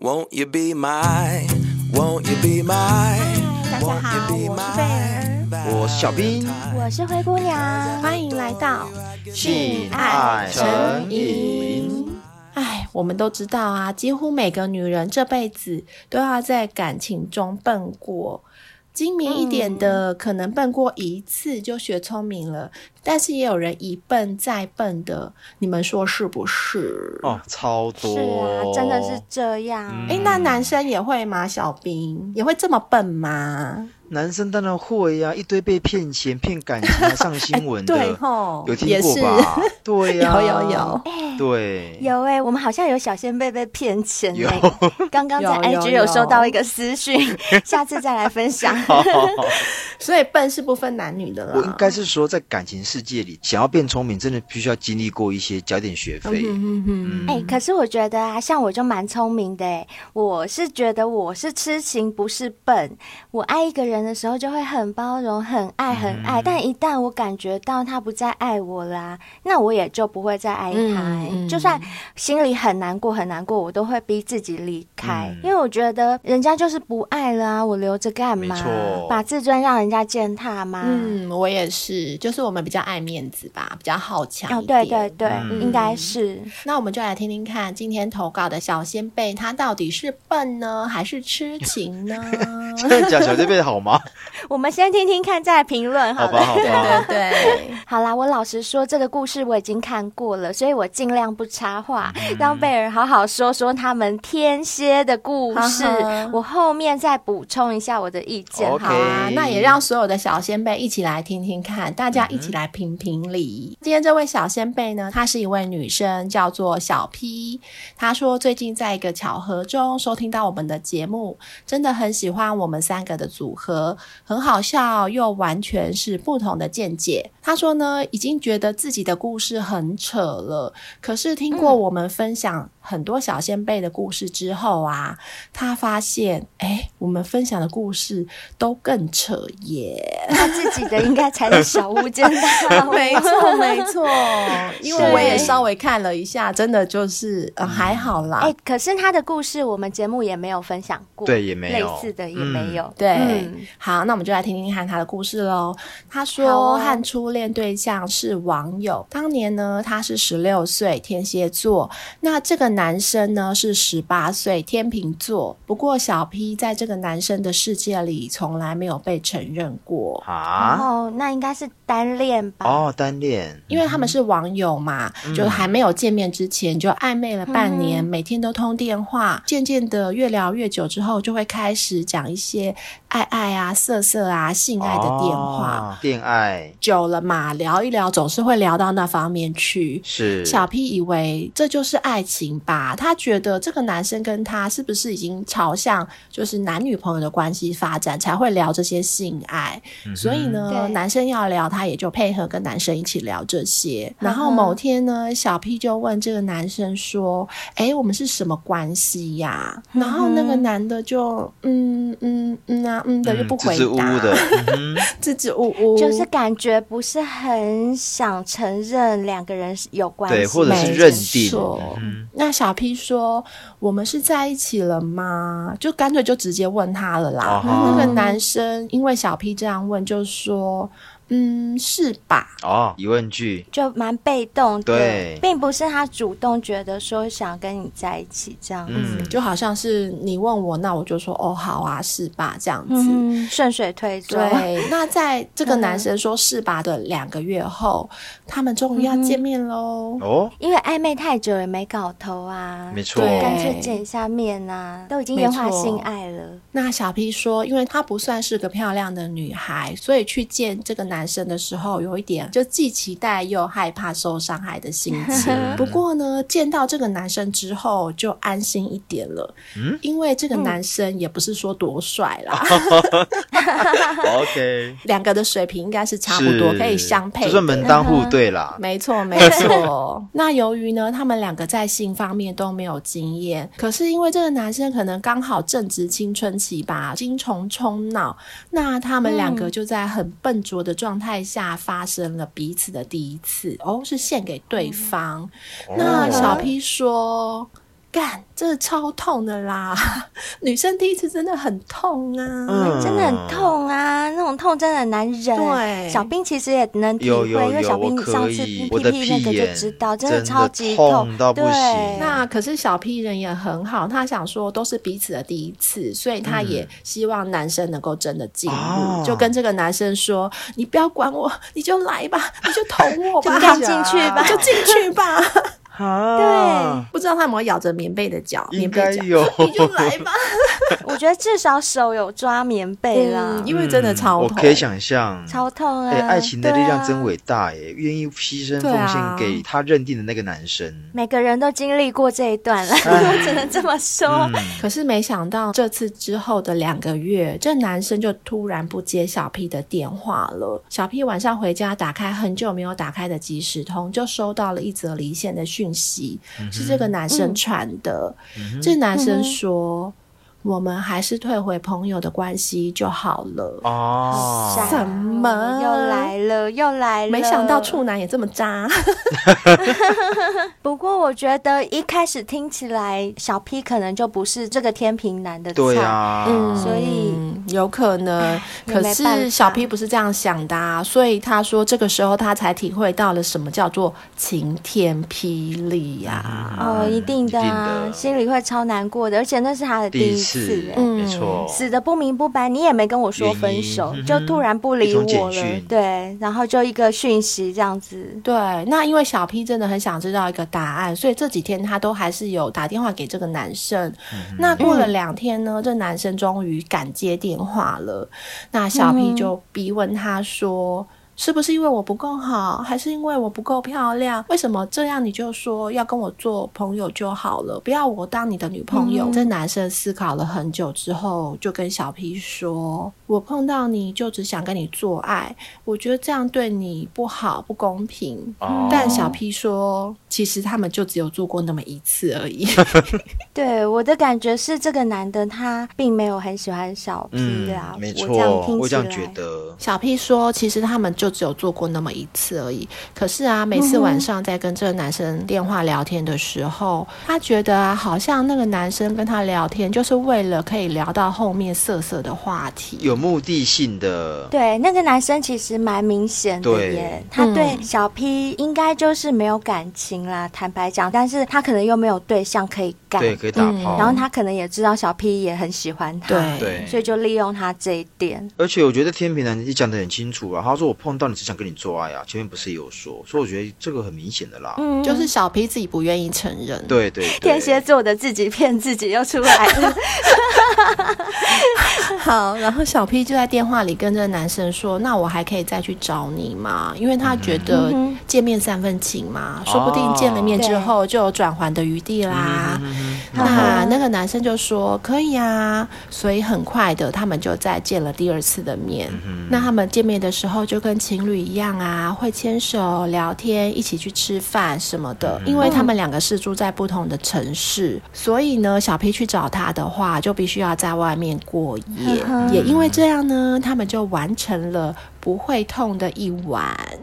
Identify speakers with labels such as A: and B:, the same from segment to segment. A: Won't you be my? Won't you be my?
B: 大家好
A: Won't you be
B: 我
A: my?
C: 我
B: 是
C: 是小兵
B: 我是灰姑娘，欢迎来到。哎，我们都知道啊，几乎每个女人这辈子都要在感情中笨过。精明一点的，可能笨过一次就学聪明了，但是也有人一笨再笨的，你们说是不是？
C: 哦，超多，
D: 是啊，真的是这样。
C: 嗯
B: 哎、那男生也会吗？小兵也会这么笨吗？
C: 男生当然会啊呀、一堆被骗钱、骗感情、还上新闻的，
B: 对吼，
C: 有听
B: 也
C: 过
B: 是，
C: 吧？啊对 呀、
B: 有有有，
D: 哎
C: 对，
D: 有哎、我们好像有小先辈被骗钱
C: 有
D: 哎、刚刚在
B: 有有
D: IG
B: 有
D: 有收到一个私 讯，下次再来分享。
B: 所以笨是不分男女的啦。
C: 我应该是说，在感情世界里，想要变聪明，真的必须要经历过一些，交点学费。
B: 嗯哼
D: 哎、可是我觉得啊，像我就蛮聪明的哎、我是觉得我是痴情不是笨，我爱一个人的时候就会很包容、很爱、很爱，但一旦我感觉到他不再爱我啦，那我也就不会再爱他、哎
B: 嗯嗯
D: 就算心里很难过、很难过，我都会逼自己离开，
C: 嗯
D: 因为我觉得人家就是不爱了啊，我留着干嘛
C: 没错？
D: 把自尊让人家践踏吗？
B: 嗯，我也是，就是我们比较爱面子吧，比较好强
D: 哦
B: 一，点。
D: 对对对，
C: 嗯
D: 应该是。
B: 那我们就来听听看，今天投稿的小先辈他到底是笨呢，还是痴情呢？
C: 真的假小这边好 吗？
D: 我们先听听看，再评论好
C: 好
D: 了。
C: 吧，好
B: 对
C: 吧。
B: 对对，
D: 好啦，我老实说，这个故事我已经看过了，所以我尽量不插话，
C: 嗯
D: 让贝尔好好说说他们天蝎的故事。
B: 哈哈
D: 我后面再补充一下我的意见。
C: OK
B: 好啊
C: OK，
B: 那也让所有的小先辈一起来听听看，大家一起来评评理。今天这位小先辈呢，她是一位女生，叫做小 P。她说最近在一个巧合中收听到我们的节目，真的很喜欢我们三个的组合，很好笑，又完全是不同的见解。她说呢，已经觉得自己的故事很扯了，可是听过我们分享很多小先辈的故事之后啊，他发现，哎，我们分享的故事都更扯耶。
D: 他自己的应该才是小巫见大 巫。
B: 哦没错，没 错，因为
C: 是
B: 我也稍微看了一下，真的就是、呃、还好啦。
D: 哎、可是他的故事我们节目也没有分享过，
C: 对也没有
D: 类似的也没有。
B: 对，
D: 嗯
B: 好，那我们就来听听看他的故事喽。他
D: 好
B: 说
D: 哦
B: 和初恋对象是网友，当年呢他是十六岁，天蝎座。那这个男生呢是十八岁，天秤座。不过小 P 在这个男生的世界里从来没有被承认过。
D: 然
C: 啊，
D: 后那应该是单恋吧？
C: 哦，单恋，
B: 因为他们是网友嘛，
D: 嗯
B: 就还没有见面之前就暧昧了半年，每天都通电话，渐渐的越聊越久之后，就会开始讲一些爱爱啊、色色啊、性爱的电话。
C: 哦，恋爱
B: 久了嘛，聊一聊总是会聊到那方面去。
C: 是嗯
B: 小 P 以为这就是爱情吧，他觉得这个男生跟他是不是已经朝向就是男女朋友的关系发展，才会聊这些性
C: 嗯
B: 爱。所以呢，
D: 对
B: 男生要聊，他也就配合跟男生一起聊这些。然
D: 嗯
B: 后某天呢，小 P 就问这个男生说：“哎，我们是什么关系呀、
D: 嗯
B: 然后那个男的就嗯嗯嗯啊嗯的就不回
C: 支
B: 答，
C: 支吾吾的，嗯哼
B: 支支吾吾，
D: 就是感觉不是很想承认两个人是有关系，
C: 对，或者是
B: 没
C: 认定，
B: 错
C: 嗯
B: 那小 P 说：“我们是在一起了吗？”就干脆就直接问他了啦。
C: 啊哈
B: 那个男生因为小 P 这样问，就说：“嗯，是吧
C: 哦，疑问句，
D: 就蛮被动的，
C: 对
D: 并不是他主动觉得说想跟你在一起这样子，
C: 嗯？”，
B: 就好像是你问我，那我就说：“哦，好啊，是吧？”这样子。
D: 嗯，顺水推舟，
B: 对，那在这
C: 嗯
B: 个男生说是吧的两个月后，他们终于要见面喽。
C: 哦，
D: 因为暧昧太久也没搞头啊，
C: 没错，
B: 对
D: 干脆见一下面啊，都已经
B: 没
D: 烟花
B: 错
D: 性爱了，
B: 那小 P 说，因为她不算是个漂亮的女孩，所以去见这个男生的时候，有一点就既期待又害怕受伤害的心情。 不过呢，见到这个男生之后就安心一点了，
C: 嗯
B: 因为这个男生也不是说多帅啦，
C: OK，
B: 两个的水平应该是 差不多，
C: 是
B: 可以相配的，嗯
C: 就算门当户对啦。
B: 没错，没错。 那由于呢，他们两个在性方面都没有经验，可是因为这个男生可能刚好正值青春期吧，精虫充脑，那他们两个就在很笨拙的状态下发生了彼此嗯哦的第一次，哦，是献给对方。那小 P 说。干，这超痛的啦！ 女生第一次真的很痛啊。
C: 嗯
D: 真的很痛啊，那种痛真的很难忍。
B: 对
D: 小兵其实也能体
C: 有
D: 会，
C: 有
D: 因为
C: 有
D: 小
C: 我
D: 兵
C: 可
D: 上次
C: 以
D: 拼
C: 我的
D: 屁那个
C: 屁
D: 就
C: 眼
D: 知道，真
C: 真的
D: 超级
C: 痛到不
D: 对，
C: 行
B: 那可是小 P 人也很好，他想说都是彼此的第一次，所以他也希望男生能够真的进入，
C: 哦
B: 就跟这个男生说：“你不要管我，你就来吧，你就捅我吧，
D: 就干进去吧
B: 就进去吧。
C: 啊，
B: 不知道他有没有咬着棉被的脚，棉
C: 应
B: 被
C: 该
B: 脚，
C: 有，
B: 你就来吧。
D: 我觉得至少手有抓棉被啦，
B: 嗯因为真的超
C: 我
B: 痛，
C: 可以想象。
D: 超痛啊！
C: 哎、爱情的力量真
D: 对啊
C: 伟大耶！愿意牺牲
B: 对
C: 奉献
B: 啊
C: 给他认定的那个男生。
D: 每个人都经历过这一段了，
B: 哎
D: 我只能这么说。
B: 可是没想到这次之后的两个月，这男生就突然不接小 P 的电话了。小 P 晚上回家，打开很久没有打开的即时通，就收到了一则离线的讯息，是这个男生传的。这男生说：“我们还是退回朋友的关系就好了。
C: 哦，
D: 傻
B: 什么
D: 又来了，又来了！
B: 没想到处男也这么渣，
D: 不过我觉得一开始听起来，小 P 可能就不是这个天平男的菜。
C: 对啊，
D: 所以
B: 嗯有可 能。
D: 也
B: 可
D: 没办
B: 是
D: 法
B: 小 P 不是这样想的、啊，所以他说这个时候他才体会到了什么叫做晴天霹雳啊呀、
D: 哦，一定的
C: 嗯一
D: 啊，
C: 定的
D: 心里会超难过的，而且那是他的
C: 第
D: 一
C: 次
D: 哎，
B: 嗯
C: 没错，
D: 死的不明不白，你也没跟我说分手
C: 原因，
D: 就突然不理
C: 嗯一种
D: 我
C: 简
D: 了
C: 讯，
D: 对，然后就一个讯息这样子，
B: 对，那因为小 P 真的很想知道一个答案，所以这几天他都还是有打电话给这个男生。
D: 嗯
B: 那过了两天呢，这男生终于敢接电话了。那小
D: 嗯
B: P 就逼问他说。是不是因为我不够好，还是因为我不够漂亮？为什么这样你就说要跟我做朋友就好了，不要我当你的女朋友？
D: 嗯
B: 这男生思考了很久之后，就跟小 P 说：“我碰到你就只想跟你做爱，我觉得这样对你不好，不公平。
C: 哦
B: 嗯但小 P 说，其实他们就只有做过那么一次而已。
D: 对，我的感觉是这个男的他并没有很喜欢小 P 啊，
C: 嗯没
D: 我这样
C: 错，
D: 听
C: 我
D: 起
C: 这
D: 来
C: 样觉得，
B: 小 P 说，其实他们就只有做过那么一次而已。可是啊，每
D: 嗯
B: 次晚上在跟这个男生电话聊天的时候，他觉得啊，好像那个男生跟他聊天，就是为了可以聊到后面色色的话题。
C: 有目的性的，
D: 对，那个男生其实蛮明显的
C: 对
D: 耶，他对
B: 嗯
D: 小 P 应该就是没有感情啦，坦白讲，但是他可能又没有对象可以干，
C: 对，可以打
B: 嗯
C: 炮。
D: 然后他可能也知道小 P 也很喜欢他，
B: 对
C: 对
D: 所以就利用他这一点。
C: 而且我觉得天平男你讲的很清楚啊，他说我碰到你只想跟你做爱啊，前面不是也有说，所以我觉得这个很明显的啦。
D: 嗯，
B: 就是小 P 自己不愿意承认。
C: 对对对，
D: 天蝎座的自己骗自己又出来 了，
B: 好，然后小 P 就在电话里跟这个男生说：“那我还可以再去找你吗？”因为他觉得
D: 嗯哼哦
B: 见面三分情嘛，说不定见了面之后就有转圜的余地
D: 嗯
B: 啦。那那个男生就说：“可以啊。”所以很快的，他们就再见了第二次的面。那他们见面的时候就跟情侣一样啊，会牵手聊天，一起去吃饭什么的。因为他们两个是住在不同的城市，所以呢，小 P 去找他的话，就必须要在外面过夜。
D: 嗯哼
B: 也因为这样呢，他们就完成了。不会痛的一晚，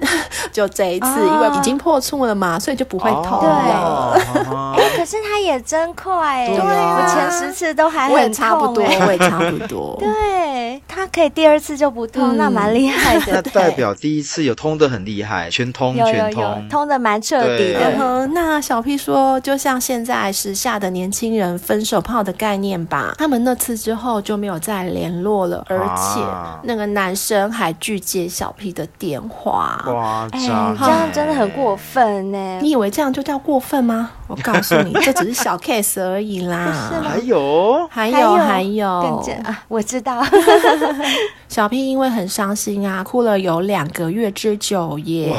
B: 就这一次，
D: 哦
B: 因为已经破处了嘛，所以就不会痛了。
C: 哦，
D: 哎、可是他也真快、
C: 对啊
D: 我前十次都还
B: 我也
D: 很
B: 差不
D: 痛
B: 多，
D: 哎
B: 我也差不 多。
D: 对他可以第二次就不痛，
B: 嗯
D: 那蛮厉害的。
C: 那
D: 对
C: 代表第一次有通的很厉害，全嗯通
D: 有有
C: 全
D: 有
C: 通，
D: 通的蛮彻底
C: 对
B: 嗯
D: 的。
B: 哼，那小 P 说，就像现在时下的年轻人分手炮的概念吧，他们那次之后就没有再联络了，而
C: 啊
B: 且那个男生还拒接小 P 的电话。
C: 夸
D: 哎、
C: 张，
D: 这样真的很过。分呢、
B: 你以为这样就叫过分吗？我告诉你，这只是小 case 而已啦。
C: 还有，
B: 还
D: 还
B: 有
D: 有
B: 还有
D: 更，加啊，我知 道，
B: 小 P 因为很伤心啊，哭了有两个月之久耶。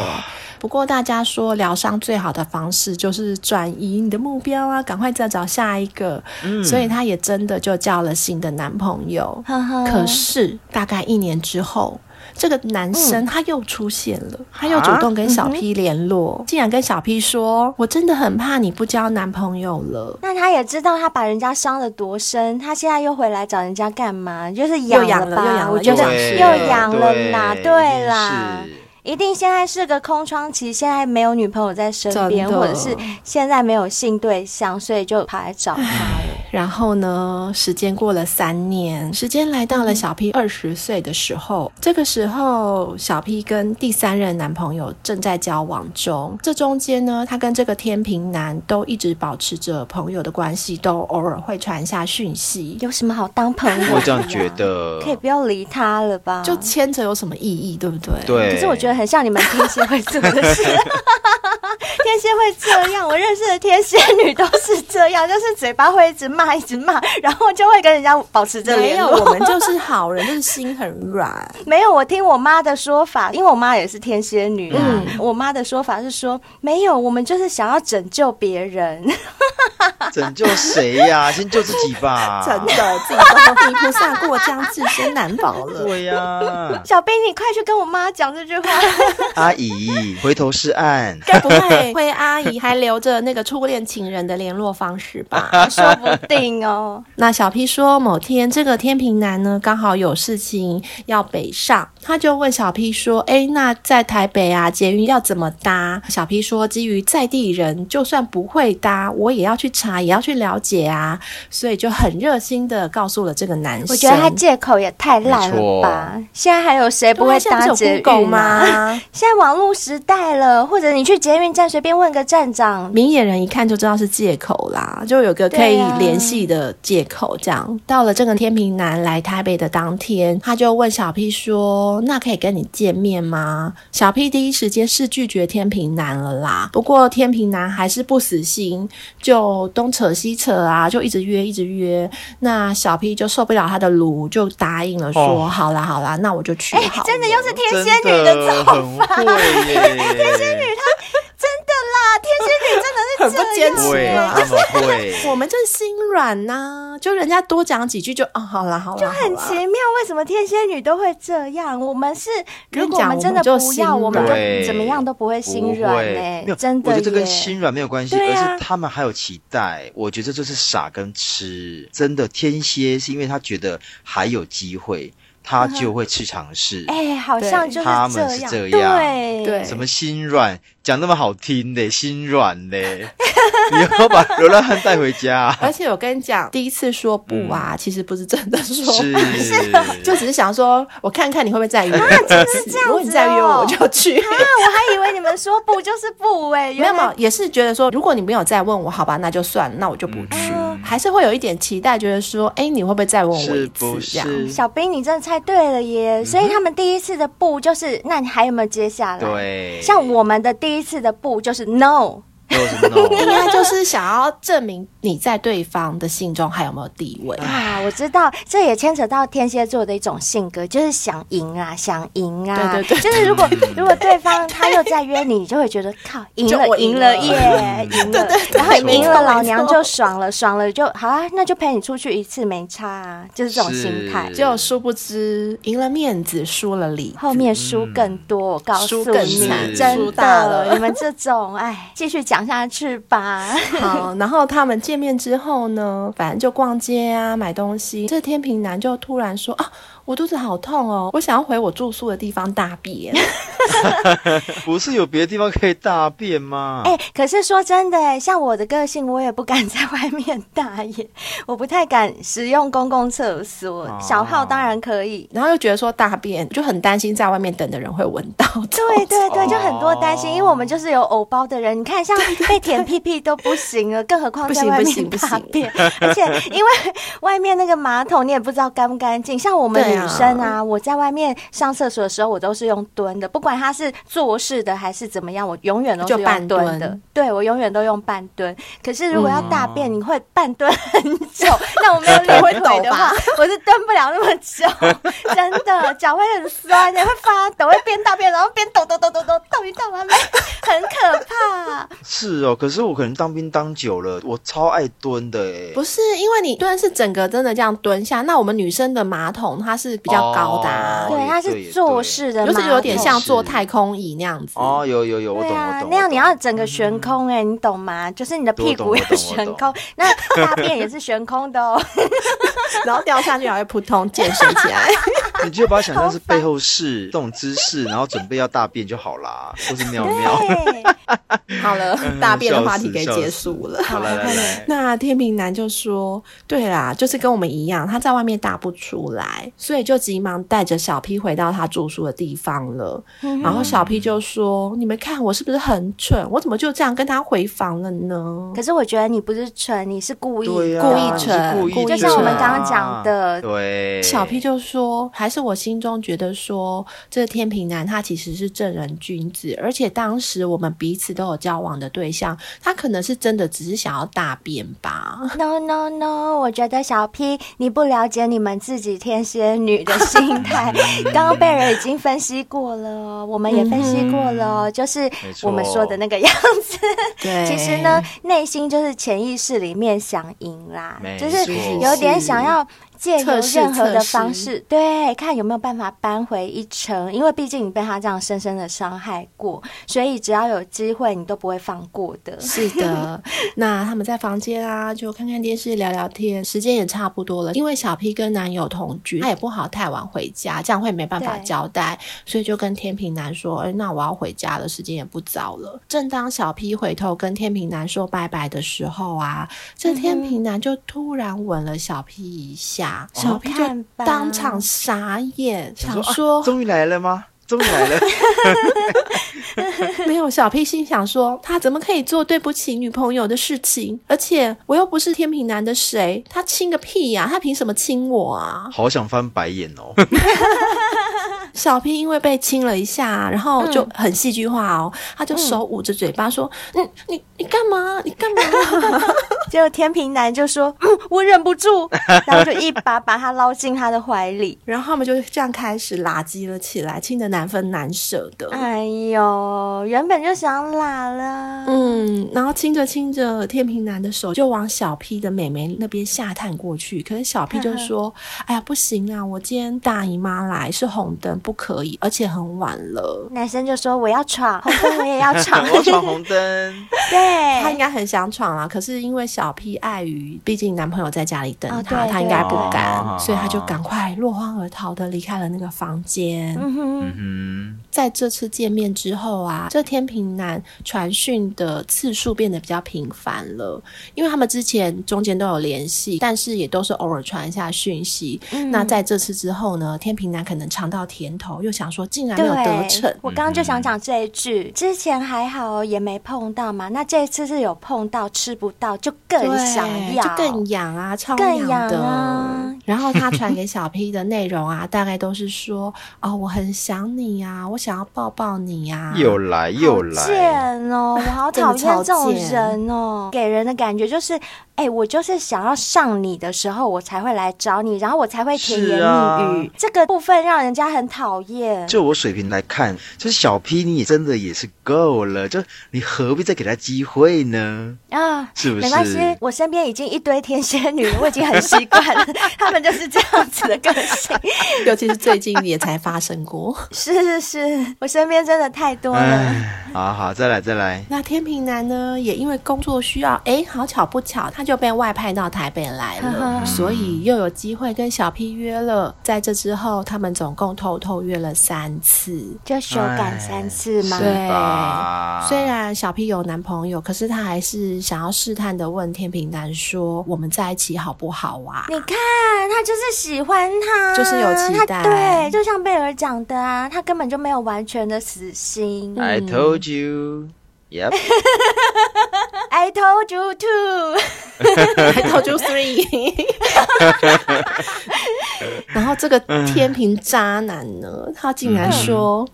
B: 不过大家说疗伤最好的方式就是转移你的目标啊，赶快再找下一个。所以她也真的就交了新的男朋友。可
D: 可
B: 是大概一年之后，这个男生他又出现了，他又主动跟小 P 联络，竟然跟小 P 说：“我真的很怕你不交男朋友了。”
D: 那他也知道他把人家伤得多深，他现在又回来找人家干嘛？就是
B: 又
D: 痒
B: 痒了
D: 吧，
B: 又痒了
D: 我觉得
B: 又
D: 又痒了啦，
C: 对
D: 对啦，
C: 一定是
D: 一定现在是个空窗期，现在没有女朋友在身边，
B: 真的
D: 或者是现在没有性对象，所以就跑来找他了。
B: 然后呢，时间过了三年，时间来到了小 P 二十岁的时候，这个时候小 P 跟第三任男朋友正在交往中。这中间呢，他跟这个天平男都一直保持着朋友的关系，都偶尔会传一下讯息。
D: 有什么好当朋友的啊？
C: 我这样觉得。
D: 可以不要理他了吧？
B: 就牵着有什么意义，对不对？
C: 对，
D: 可是我觉得很像你们天蝎会做的事，天蝎会这样。我认识的天蝎女都是这样，就是嘴巴会一直骂，一直骂，然后就会跟人家保持着
B: 没
D: 联
B: 有，
D: 络。
B: 我们就是好人，就是心很软。
D: 没有，我听我妈的说法，因为我妈也是天蝎女啊。
C: 嗯
D: 我妈的说法是说，没有，我们就是想要拯救别人。
C: 拯救谁呀、先救自己 吧。
B: 真的，自己都比菩萨过江，自身难保了。
C: 对呀、
D: 小兵，你快去跟我妈讲这句话。
C: 阿姨，回头是岸。
B: 该不会灰阿姨还留着那个初恋情人的联络方式吧？
D: 说不定哦，
B: 那小 P 说，某天这个天平男呢刚好有事情要北上，他就问小 P 说：“哎，那在台北啊，捷运要怎么搭？”小 P 说：“基于在地人，就算不会搭，我也要去查，也要去了解啊。”所以就很热心的告诉了这个男生。
D: 我觉得他借口也太烂了吧！现在还有谁不会
B: 对啊
D: 搭
B: 现在不是
D: 捷
B: 有 Google
D: 运啊
B: 吗？
D: 现在网络时代了，或者你去捷运站随便问个站长，
B: 明眼人一看就知道是借口啦，就有个可以
D: 对啊
B: 联系的借口。这样、到了这个天平男来台北的当天，他就问小 P 说：“那可以跟你见面吗？”小 P 第一时间是拒绝天平男了啦。不过天平男还是不死心，就东扯西扯啊，就一直约，一直约。那小 P 就受不了他的炉，就答应了说：“
C: 哦
B: 好啦，好啦，那我就去。好了
D: 哎真的又是天
C: 真
D: 蝎女的造法，
C: 很会 耶，天蝎女
D: 真的啦，天蝎女真的是
B: 很不
D: 这样
B: 坚持
C: 会，
B: 啊
C: 他 们会。
B: 我们这心软呐、就人家多讲几句就哦，好啦好啦，就
D: 很奇妙，为什么天蝎女都会这样？我们是
B: 跟
D: 如
B: 你
D: 果我
B: 讲
D: 们真的不要，我
B: 我
D: 们
B: 们
D: 就
B: 就
C: 对
D: 怎么样都不会心软
C: 不会
D: 哎、
C: 没有
D: 真的
C: 我
D: 耶。
C: 觉得这跟心软没有关系，
D: 对啊
C: 而是他们还有期待。我觉得这就是傻跟痴。真的，天蝎是因为他觉得还有机会，他就会去尝试。
D: 哎、好像就是
C: 他们
D: 这
C: 是
D: 样，
C: 这样
D: 对啊
B: 对
C: 什么心软，讲那么好听的，心软 的，你要把流浪汉带回 家。
B: 而且我跟你讲，第一次说不啊，其实不是真的说
C: 嗯是
B: 不，， 就只是想说，我看看你会不会再约我一次。
D: 这样子哦
B: 如果你再约我，我就去。
D: 啊，我还以为你们说不就是不哎、
B: 没有
D: 原
B: 没有
D: 来，
B: 也是觉得说，如果你没有再问我，好吧，那就算，那我就
C: 嗯
B: 不去，
D: 嗯
B: 还是会有一点期待，觉得说，哎，你会不会再问我一
C: 是
B: 次？
C: 不
B: 这样
C: 是？
D: 小兵你真的猜对了
C: 嗯
D: 耶！所以他们第一次的不就是，那你还有没有接下来？
C: 对，
D: 像我们的第一次的不就是 no，
C: 都是 no。
B: 应该就是想要证明你在对方的心中还有没有地位。
D: 啊，我知道，这也牵扯到天蝎座的一种性格，就是想赢啊，想赢啊。
B: 对对对
D: 就是如 果如果对方他又在约你，你就会觉得靠，赢
B: 就
D: 了，
B: 我
D: 赢
B: 赢
D: 了
B: 了
D: 耶，赢了。然后
C: 没错
D: 赢了，老娘
B: 没错
D: 就爽了，爽了就好啊，那就陪你出去一次没差啊，就是这种
C: 是
D: 心态。
B: 结果殊不知，赢了面子，输了里。
D: 后面输更多，我告诉
B: 输更
D: 你
C: 惨，
D: 真
B: 输大
D: 的，
B: 了
D: 你们这种，哎，继续讲下去吧。
B: 好，然后他们见面之后呢，反正就逛街啊，买东西。这天平男就突然说啊，我肚子好痛哦，我想要回我住宿的地方大 便。
C: 不是有别的地方可以大便吗？
D: 哎、可是说真的、哎，像我的个性，我也不敢在外面大夜，我不太敢使用公共厕所。
C: 哦
D: 小号当然可以。
B: 然后又觉得说大便就很担心在外面等的人会闻到。
D: 对对对，
C: 哦
D: 就很多担心，因为我们就是有偶包的人，你看像被舔屁屁都不行了，更何况
B: 不
D: 在
B: 行
D: 外
B: 不
D: 面
B: 行不
D: 大
B: 行
D: 便。而且因为外面那个马桶你也不知道干不干净，像我们
B: 对
D: 女
B: 啊
D: 生啊，我在外面上厕所的时候，我都是用蹲的，不管它是坐式的还是怎么样，我永远都是
B: 就半
D: 用蹲的
B: 蹲。
D: 对我永远都用半蹲。可是如果要大便，你会半蹲很久，那我没有练
B: 会
D: 腿
B: 抖
D: 的
B: 吧
D: 话，我是蹲不了那么久，真的脚会很酸，也会发抖，会边大便然后边抖抖抖抖抖，到底到完没？很可怕。
C: 是哦，可是我可能当兵当久了，我超爱蹲的哎。
B: 不是，因为你蹲是整个真的这样蹲下，那我们女生的马桶它是比较高的、啊
C: 哦
D: 对，
C: 也
D: 它
C: 对
D: 是
C: 也
D: 坐
C: 对
D: 式的马
B: 就
D: 桶，
B: 是有点像坐
C: 是
B: 太空椅那样子。
C: 哦，有有有，我
D: 对
C: 懂我
D: 啊，
C: 懂。
D: 那样你
C: 我
D: 要
C: 懂
D: 整个悬空哎、你懂吗？就是你的屁股
C: 我懂我
D: 要
C: 懂我
D: 悬
C: 懂
D: 空，那大便也是悬空的哦。
B: 然后掉下去还会扑通溅水 起来。
C: 你就把它想象是背后是这种姿势，然后准备要大便就好啦，或是尿尿。
D: 对，
B: 好了，大便的话题给结束了。
C: 好，来来来，
B: 那天平男就说：“对啦，就是跟我们一样，他在外面打不出来，所以就急忙带着小 P 回到他住宿的地方了。然后小 P 就说：‘你们看我是不是很蠢？我怎么就这样跟他回房了呢
D: 可是我觉得你不是蠢，你是故意
C: 对
D: 的
C: 呀，
B: 故
C: 你
B: 意
C: 是
B: 蠢
C: 故
B: 故
C: 意
B: 意
C: 的
D: 就像我们
B: 蠢
D: 刚刚讲的
C: 对，？’
B: 小 P 就说：‘还是我心中觉得说，这个天平男他其实是正人君子，而且当时我们彼此都有交往的对象，他可能是真的只是想要大便吧。’”
D: No no no！我觉得小 P 你不了解你们自己天蝎女的心 态。刚刚贝尔已经分析过了哦，我们也分析过了哦，就是
C: 嗯没错
D: 我们说的那个样子。
B: 对，
D: 其实呢，，内心就是潜意识里面想赢啦
C: 没，
D: 就
C: 错
D: 是有点想要借由
B: 测试
D: 任何的
B: 测试
D: 方式，对，看有没有办法扳回一城。因为毕竟你被他这样深深的伤害过，所以只要有机会，你都不会放过的。
B: 是的，那他们在房间啊，就看看电视、聊聊天，时间也差不多了。因为小 P 跟男友同居，他也不好太晚回家，这样会没办法
D: 对
B: 交代，所以就跟天平男说：“哎，那我要回家了，时间也不早了。”正当小 P 回头跟天平男说拜拜的时候啊，这天平男就突然吻了小 P 一下，小 P 就
D: 看吧
B: 当场傻眼，想
C: 啊
B: 说
C: 终于来了吗？终于 来了，
B: 没有，小 P 心想说，他怎么可以做对不起女朋友的事情？而且我又不是天平男的谁，他亲个屁呀、他凭什么亲我啊？
C: 好想翻白眼 哦。
B: 小 P 因为被亲了一下，然后就
D: 嗯
B: 很戏剧化哦，他就手捂着嘴巴说：“嗯，你你干嘛？你干嘛？”
D: 结果天平男就说：“ 嗯，我忍不住。”然后就一把把他捞进他的怀里。
B: 然后他们就这样开始拉鸡了起来，亲的难分难舍的。
D: 哎呦，原本就想拉了。
B: 嗯，然后亲着亲着，天平男的手就往小 P 的妹妹那边下探过去。可是小 P 就
D: 嗯
B: 说：“哎呀，不行啊，我今天大姨妈来是红灯，不可以，而且很晚了。
D: 男生就说：“我要闯，红灯我也要 闯。
C: 我闯红灯，”
B: 他应
D: 对，
B: 该很想闯啦，可是因为小 P 碍于毕竟男朋友在家里等
D: 哦
B: 他，
D: 对
B: 他应该不
C: 对
B: 敢，
C: 哦
B: 所以他就赶快落荒而逃的离开了那个房间。
D: 嗯哼，
C: 嗯
B: 在这次见面之后啊，这天平男传讯的次数变得比较频繁了，因为他们之前中间都有联系，但是也都是偶尔传一下讯息。
D: 嗯
B: 那在这次之后呢，天平男可能尝到甜头，又想说竟然没有得逞嗯
D: 对，，我刚刚就想讲这一句，之前还好哦也没碰到嘛，那这一次是有碰到吃不到，就更
B: 对
D: 想要，
B: 就更痒啊，超
D: 更痒
B: 的。
D: 啊
B: 然后他传给小 P 的内容啊，大概都是说哦，我很想你啊，我想要抱抱你啊，
C: 哼，又来又
D: 好
C: 来，
D: 贱哦！我好
B: 真的
D: 讨厌
B: 超
D: 这种
B: 贱
D: 人哦，给人的感觉就是，哎、我就是想要上你的时候，我才会来找你，然后我才会甜言蜜
C: 是
D: 语，
C: 啊
D: 这个部分让人家很讨厌。
C: 就我水平来看，就是小 P 你也真的也是够了，就你何必再给他机会呢？
D: 啊，
C: 是不是
D: 没关系，我身边已经一堆天蝎女了，我已经很习惯了， 他们就是这样子的个性。
B: 尤其是最近也才发生过。
D: 是是是，我身边真的太多了。
C: 哎，好好，再来再来，
B: 那天平男呢，也因为工作需要，哎，好巧不巧，他就被外派到台北来了，所以又有机会跟小 P 约了。在这之后，他们总共偷偷约了三次。
D: 就修改三次吗
C: 是？
B: 对
C: 吧
B: 虽然小 P 有男朋友，可是他还是想要试探的问天平男说：“我们在一起好不好啊
D: 你看，他就是喜欢他，
B: 就是有期
D: 他
B: 待
D: 对，就像贝尔讲的啊，他根本就没有完全的死心。
C: I told you。Yep，
D: I told you to，
B: ？”I told you three 。 然后这个天平渣男呢，他竟然说：“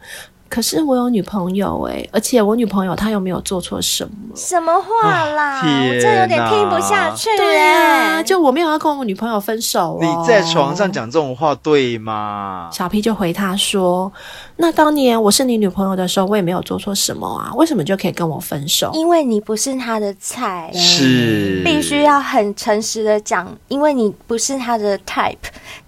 B: 可是我有女朋友哎、而且我女朋友她又没有做错什么。”
D: 什么话啦？
C: 啊天哪
D: 我这有点听不下去
B: 对啊，
D: 哎
B: 就我没有要跟我女朋友分手、哦。
C: 你在床上。讲这种话对吗？
B: 小 P 就回他说：“那当年我是你女朋友的时候，我也没有做错什么啊，为什么就可以跟我分手？
D: 因为你不是他的菜，
C: 是
D: 哦必须要很诚实的讲，因为你不是他的 type，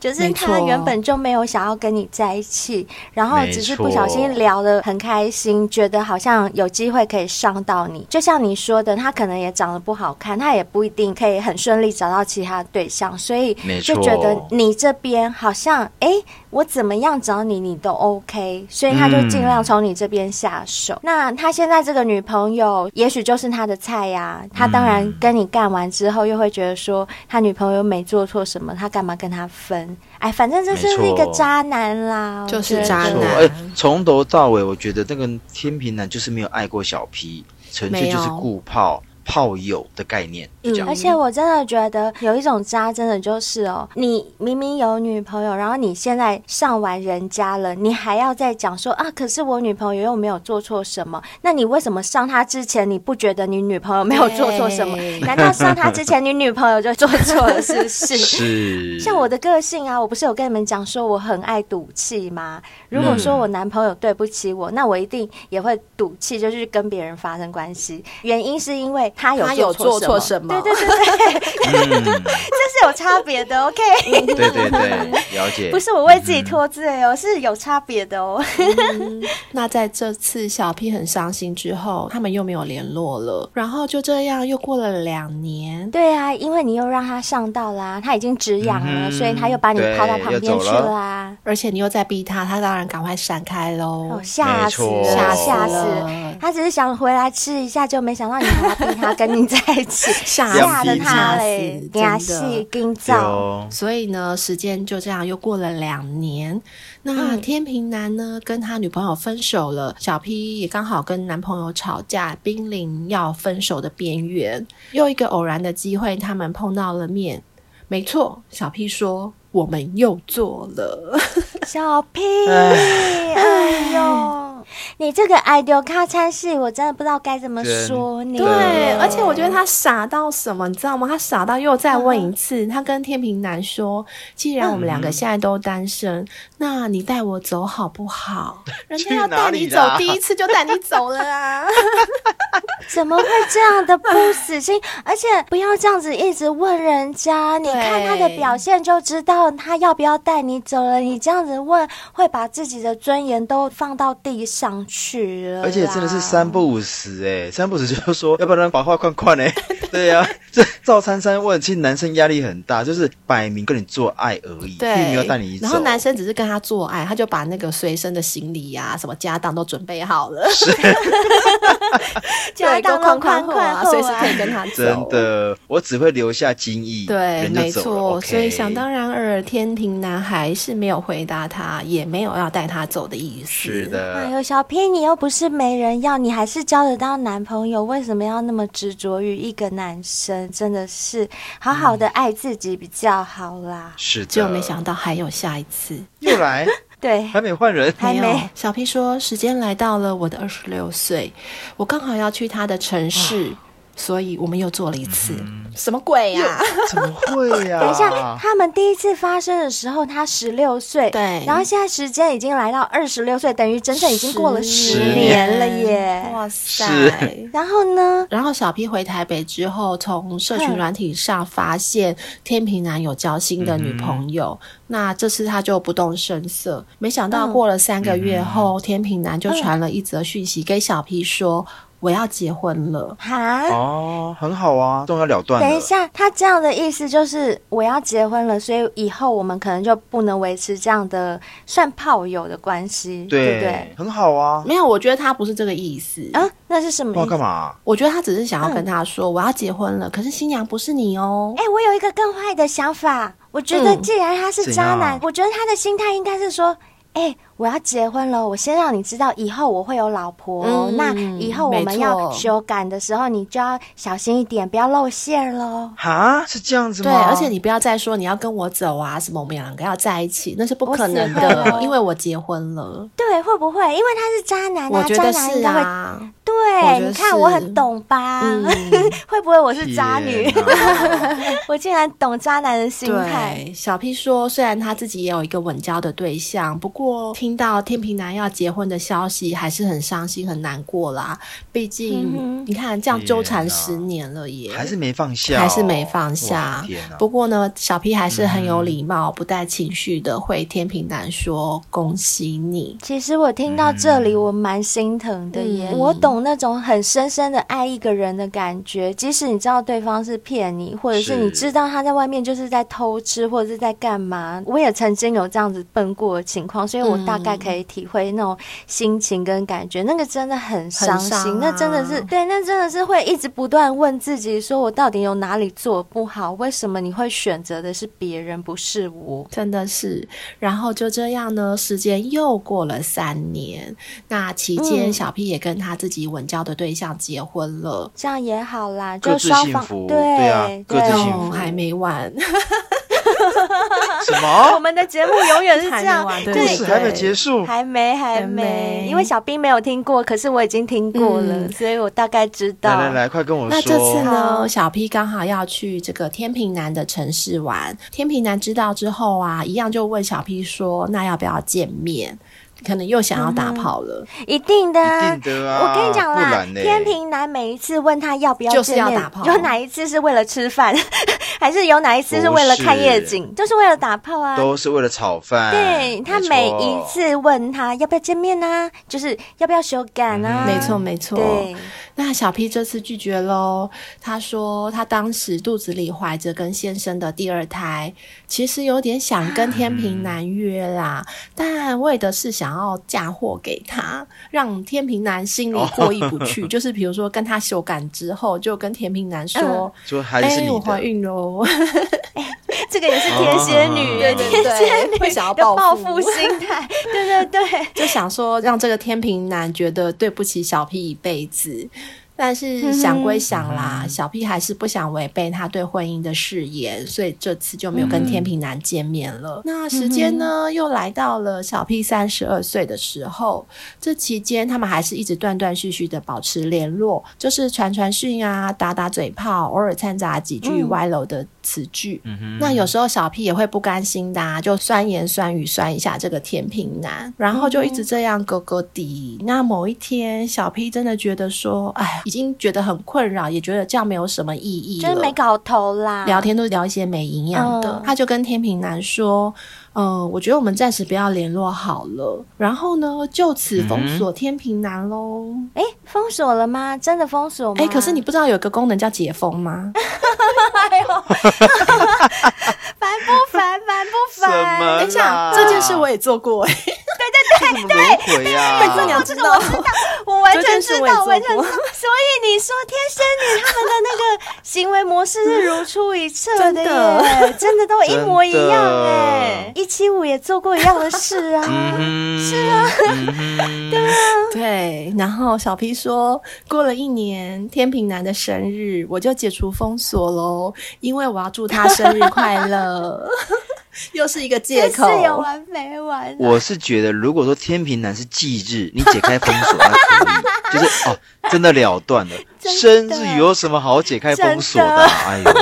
D: 就是
B: 没
D: 他
B: 错
D: 原本就没有想要跟你在一起，然后
C: 没
D: 只是
C: 错
D: 不小心聊得很开心，觉得好像有机会可以上到你。就像你说的，他可能也长得不好看，他也不一定可以很顺利找到其他对象，所以
C: 没
D: 就
C: 错
D: 觉得你这边好像哎。诶我怎么样找你，你都 OK，所以他就尽量从你这边下
B: 嗯
D: 手。那他现在这个女朋友，也许就是他的菜呀、他当然跟你干完之后，又会觉得说他女朋友没做错什么，他干嘛跟他分？哎，反正这就是一个
C: 没错
D: 渣男啦，
B: 就
D: 我
B: 是
D: 觉得
B: 渣
C: 错，
B: 男
C: 哎，从头到尾，我觉得那个天平男就是没有爱过小 P，纯粹就是
B: 没有
C: 顾炮炮友的概念，就这
D: 嗯
C: 样。
D: 而且我真的觉得有一种渣，真的就是哦，你明明有女朋友，然后你现在上完人家了，你还要再讲说啊，可是我女朋友又没有做错什么，那你为什么上她之前你不觉得你女朋友没有做错什么
B: 对？
D: 难道上她之前你女朋友就做错了，是不 是？
C: 是
D: 像我的个性啊，我不是有跟你们讲说我很爱赌气吗？如
B: 嗯
D: 果说我男朋友对不起我，那我一定也会赌气，就是跟别人发生关系。原因是因为他有
B: 他有做
D: 错
B: 错什么
D: 对对对对，
C: 嗯，
D: 这是有差别的，OK？
C: 对对对，嗯了解。
D: 不是我为自己脱罪哦，是有差别的哦。
B: 那在这次小 P 很伤心之后，他们又没有联络了，然后就这样又过了两年。
D: 对啊，因为你又让他上到啦，他已经止痒了，
C: 嗯哼
D: 所以他又把你抛到
C: 对
D: 旁
C: 又
D: 边
C: 走
D: 去
C: 了
D: 啦。
B: 而且你又在逼他，他当然赶快闪开喽
D: 哦，。吓
C: 没
D: 死
C: 错
D: 了，
B: 吓死
D: 吓死
B: 了
D: 了！他只是想回来吃一下，就没想到你还要逼他跟你在一起，
B: 吓
C: 死
D: 吓得
C: 两
D: 他
B: 吓
D: 嘞
B: 死，
D: 牙
B: 真的
D: 细跟
C: 对
D: 造。
C: 哦，
B: 所以呢，时间就这样又过了两年。那天平男呢，跟他女朋友分手了，小 P 也刚好跟男朋友吵架，濒临要分手的边缘。又一个偶然的机会，他们碰到了面。没错，小 P 说我们又做了。
D: 小 P，哎呦，你这个爱丢咔嚓戏，我真的不知道该怎么
C: 真
D: 说你。
C: 的
B: 对，而且我觉得他傻到什么，你知道吗？他傻到又再问一次，他跟天平男说：“既然我们两个现在都单身，那你带我走好 不好？人家要带你
C: 去
B: 走
C: 哪里啦，
B: 第一次就带你走了 啊！
D: 怎么会这样 的不死心？而且不要这样子一直问人家，你看他的表现就知道他要不要带你走了。你这样子问，会把自己的尊严都放到地上去了啦。
C: 而且
B: 啊
C: 真的是三不五时哎，三不五时就是说，要不然把话快快 哎，对呀、啊，这照三三问，其实男生压力很大，就是摆明跟你做爱而已，并没有带你
B: 对，
C: 走。
B: 然后男生只是跟他做爱，他就把那个随身的行李呀、什么家当都准备好了，
D: 家当
B: 宽
D: 都
B: 宽
D: 宽
B: 厚
D: 宽
B: 啊，
D: 厚啊
B: 随时可以跟他走。
C: 真的，我只会留下惊异，
B: 对，
C: 人就
B: 没
C: 走
B: 错
C: 了。OK
B: 所以想当然尔，天庭男还是没有回答他，也没有要带他走的意思。
C: 是，
D: 哎
C: 的，
D: 呦，小 P，你又不是没人要，你还是交得到男朋友，为什么要那么执着于一个男生？真的是好好的爱自己比较好啦。
C: 是的，
B: 结果没想到还有下一次。
C: 又来，
D: 对，
C: 还没换人，
D: 呃还没
B: 有小 P 说，时间来到了我的二十六岁，我刚好要去他的城市，所以我们又做了一次。什么鬼呀、
D: 啊
C: 怎么会啊呀、
D: 等一下，他们第一次发生的时候，他十六岁，
B: 对
D: 然后现在时间已经来到二十六岁，等于整整已经过了十
C: 10
D: 年了耶。
B: 哇塞
C: 是！
D: 然后呢？
B: 然后小 P 回台北之后，从社群软体上发现天平男有交新的女朋友，那这次他就不动声色。
D: 嗯
B: 没想到过了三个月后，天平男就传了一则讯息给小 P 说：“我要结婚了。
D: 哈？
C: 哦，很好啊，重要了断了。
D: 等一下，他这样的意思就是我要结婚了，所以以后我们可能就不能维持这样的算炮友的关系，对
C: 对
D: 不对？
C: 很好啊。
B: 没有，我觉得他不是这个意思。
D: 啊，那是什么
C: 不知
D: 意
C: 道干
D: 思？
C: 嘛、
B: 我觉得他只是想要跟他说，我要结婚了，可是新娘不是你哦。
D: 哎、我有一个更坏的想法，我觉得
B: 嗯
D: 既然他是
C: 怎
D: 渣男，
C: 样
D: 我觉得他的心态应该是说。哎、我要结婚了，我先让你知道，以后我会有老婆哦、
B: 嗯
D: 那以后我
B: 没
D: 们
B: 错
D: 要修改的时候，你就要小心一点，不要露馅喽。
C: 哈，是这样子
B: 对，
C: 吗？
B: 而且你不要再说你要跟我走啊，什么我们两个要在一起，那是不可能
D: 我死
B: 的，
D: 了
B: 因为我结婚了。
D: 对，会不会因为他是渣男
B: 我
D: 啊？
B: 觉
D: 渣
B: 得
D: 男应
B: 是
D: 该会、
B: 啊，我觉
D: 对，
B: 得
D: 你看
B: 是
D: 我很懂吧？
B: 嗯
D: 会不会我是渣女？
C: 天哪
D: 我竟然懂渣男的心态。
B: 对，小 P 说，虽然他自己也有一个稳交的对象，不过听到天平男要结婚的消息，还是很伤心很难过啦。毕
D: 嗯哼
B: 竟你看这样纠缠
C: 天啊
B: 十年了耶，
C: 还是没放下哦、
B: 还是没放
C: 哇
B: 下
C: 天啊。
B: 不过呢，小 P 还是很有礼貌，不带情绪的会天平男说恭喜你。
D: 其实我听到这里，我蛮心疼的耶。
B: 嗯
D: 我懂那种很深深的爱一个人的感觉，即使你知道对方是骗你，或者是
C: 是
D: 你知道他在外面就是在偷吃，或者是在干嘛。我也曾经有这样子笨过的情况，所以我大概可以体会那种心情跟感觉。那个真的很伤心，
B: 很伤啊
D: 那真的是对，那真的是会一直不断问自己，说我到底有哪里做不好？为什么你会选择的是别人，不是我？
B: 真的是，然后就这样呢，时间又过了三年。那期间，
D: 嗯
B: 小 P 也跟他自己稳交的对象结婚了。
D: 这样也好啦，
C: 各
D: 就
C: 自
D: 双
C: 幸
D: 方
C: 福
D: 对
C: 对啊各自幸福
B: 哦，还没完，
C: 什
D: 我
C: 么？
D: 们的节目永远是这样
B: 还没完，
C: 故
B: 啊对
C: 事还没结束，
D: 还没还
B: 还
D: 没
B: 没，
D: 因为小兵没有听过，可是我已经听过了，
B: 嗯
D: 所以我大概知道。
C: 来来来，快跟我
B: 那这次
C: 说。
B: 呢，
D: 好
B: 小 P 刚好要去这个天平男的城市玩。天平男知道之后啊，一样就问小 P 说：“那要不要见面？”可能又想要打炮了，
D: 一定的啊。
C: 一定的啊，
D: 我跟你讲
C: 不
D: 啦
C: 然，呢？
D: 天平男每一次问他要不要
B: 就是
D: 见
B: 要
D: 面
B: 打，炮
D: 有哪一次是为了吃饭， 还是有哪一次是为了看夜景，就是为了打炮啊？
C: 都是为了炒饭。
D: 对他
C: 没错
D: 每一次问他要不要见面啊，就是要不要修改
C: 嗯
D: 啊？
B: 没错，没错。
D: 对，
B: 那小 P 这次拒绝喽。他说他当时肚子里怀着跟先生的第二胎，其实有点想跟天平男约啦，但为的是想要嫁祸给他，让天平男心里过意不
C: 哦
B: 去。就是比如说跟他修改之后，就跟天平男说。
C: 说嗯还
B: 哎、
C: 是你
B: 我
C: 的
B: 怀孕喽！
D: 这个也是天蝎女，
C: 对对
D: 天蝎女
B: 会想要
D: 的
B: 报
D: 报
B: 复
D: 复心态， 对对对。
B: 就想说让这个天平男觉得对不起小 P 一辈子，但是想归想啦，小 P 还是不想违背他对婚姻的誓言，所以这次就没有跟天平男见面了。那时间呢，又来到了小 P 三十二岁的时候，这期间他们还是一直断断续续的保持联络，就是传传讯啊，打打嘴炮，偶尔掺杂几句
D: 嗯
B: 歪楼的词句。那有时候小 P 也会不甘心的、啊，就酸言酸语酸一下这个天平男，然后就一
D: 哦
B: 直这样勾勾底。那某一天，小 P 真的觉得说，哎，已经觉得很困扰，也觉得这样没有什么意义
D: 就是
B: 了。
D: 没搞头啦。
B: 聊天都聊一些没营养的，
D: 嗯
B: 他就跟天平男说：“嗯，我觉得我们暂时不要联络好了。”然后呢，就此
D: 嗯
B: 封锁天平男喽。
D: 哎，封锁了吗？真的封锁吗？
B: 哎、可是你不知道有一个功能叫解封吗？
D: 烦哎不烦？烦不
C: 什么？
D: 烦？
B: 哎等一下，这件事我也做过、哎，
C: 对对对对，
B: 但
C: 呀，
B: 这你要知道。
D: 我完全
B: 这件
D: 知
B: 事我也
D: 道，
B: 做
D: 完全知道。
B: 过
D: 所以你说天蝎女他们的那个行为模式是如出一辙耶，
B: 真
D: 真的都一模一
C: 真
D: 样
C: 的嗯
D: 哎。一七五也做过一样的事啊。
C: 是啊，对
B: 对，然后小 P 说，过了一年天平男的生日，我就解除封锁喽，因为我要祝他生日快乐。 又是一个借
D: 真
B: 口，
D: 是有完没完啊？
C: 我是觉得，如果说天平男是忌日，你解开封锁那可以，就是哦，真的了断了。
D: 真
C: 生
D: 的
C: 日有什么好解开封锁的啊？哎呦，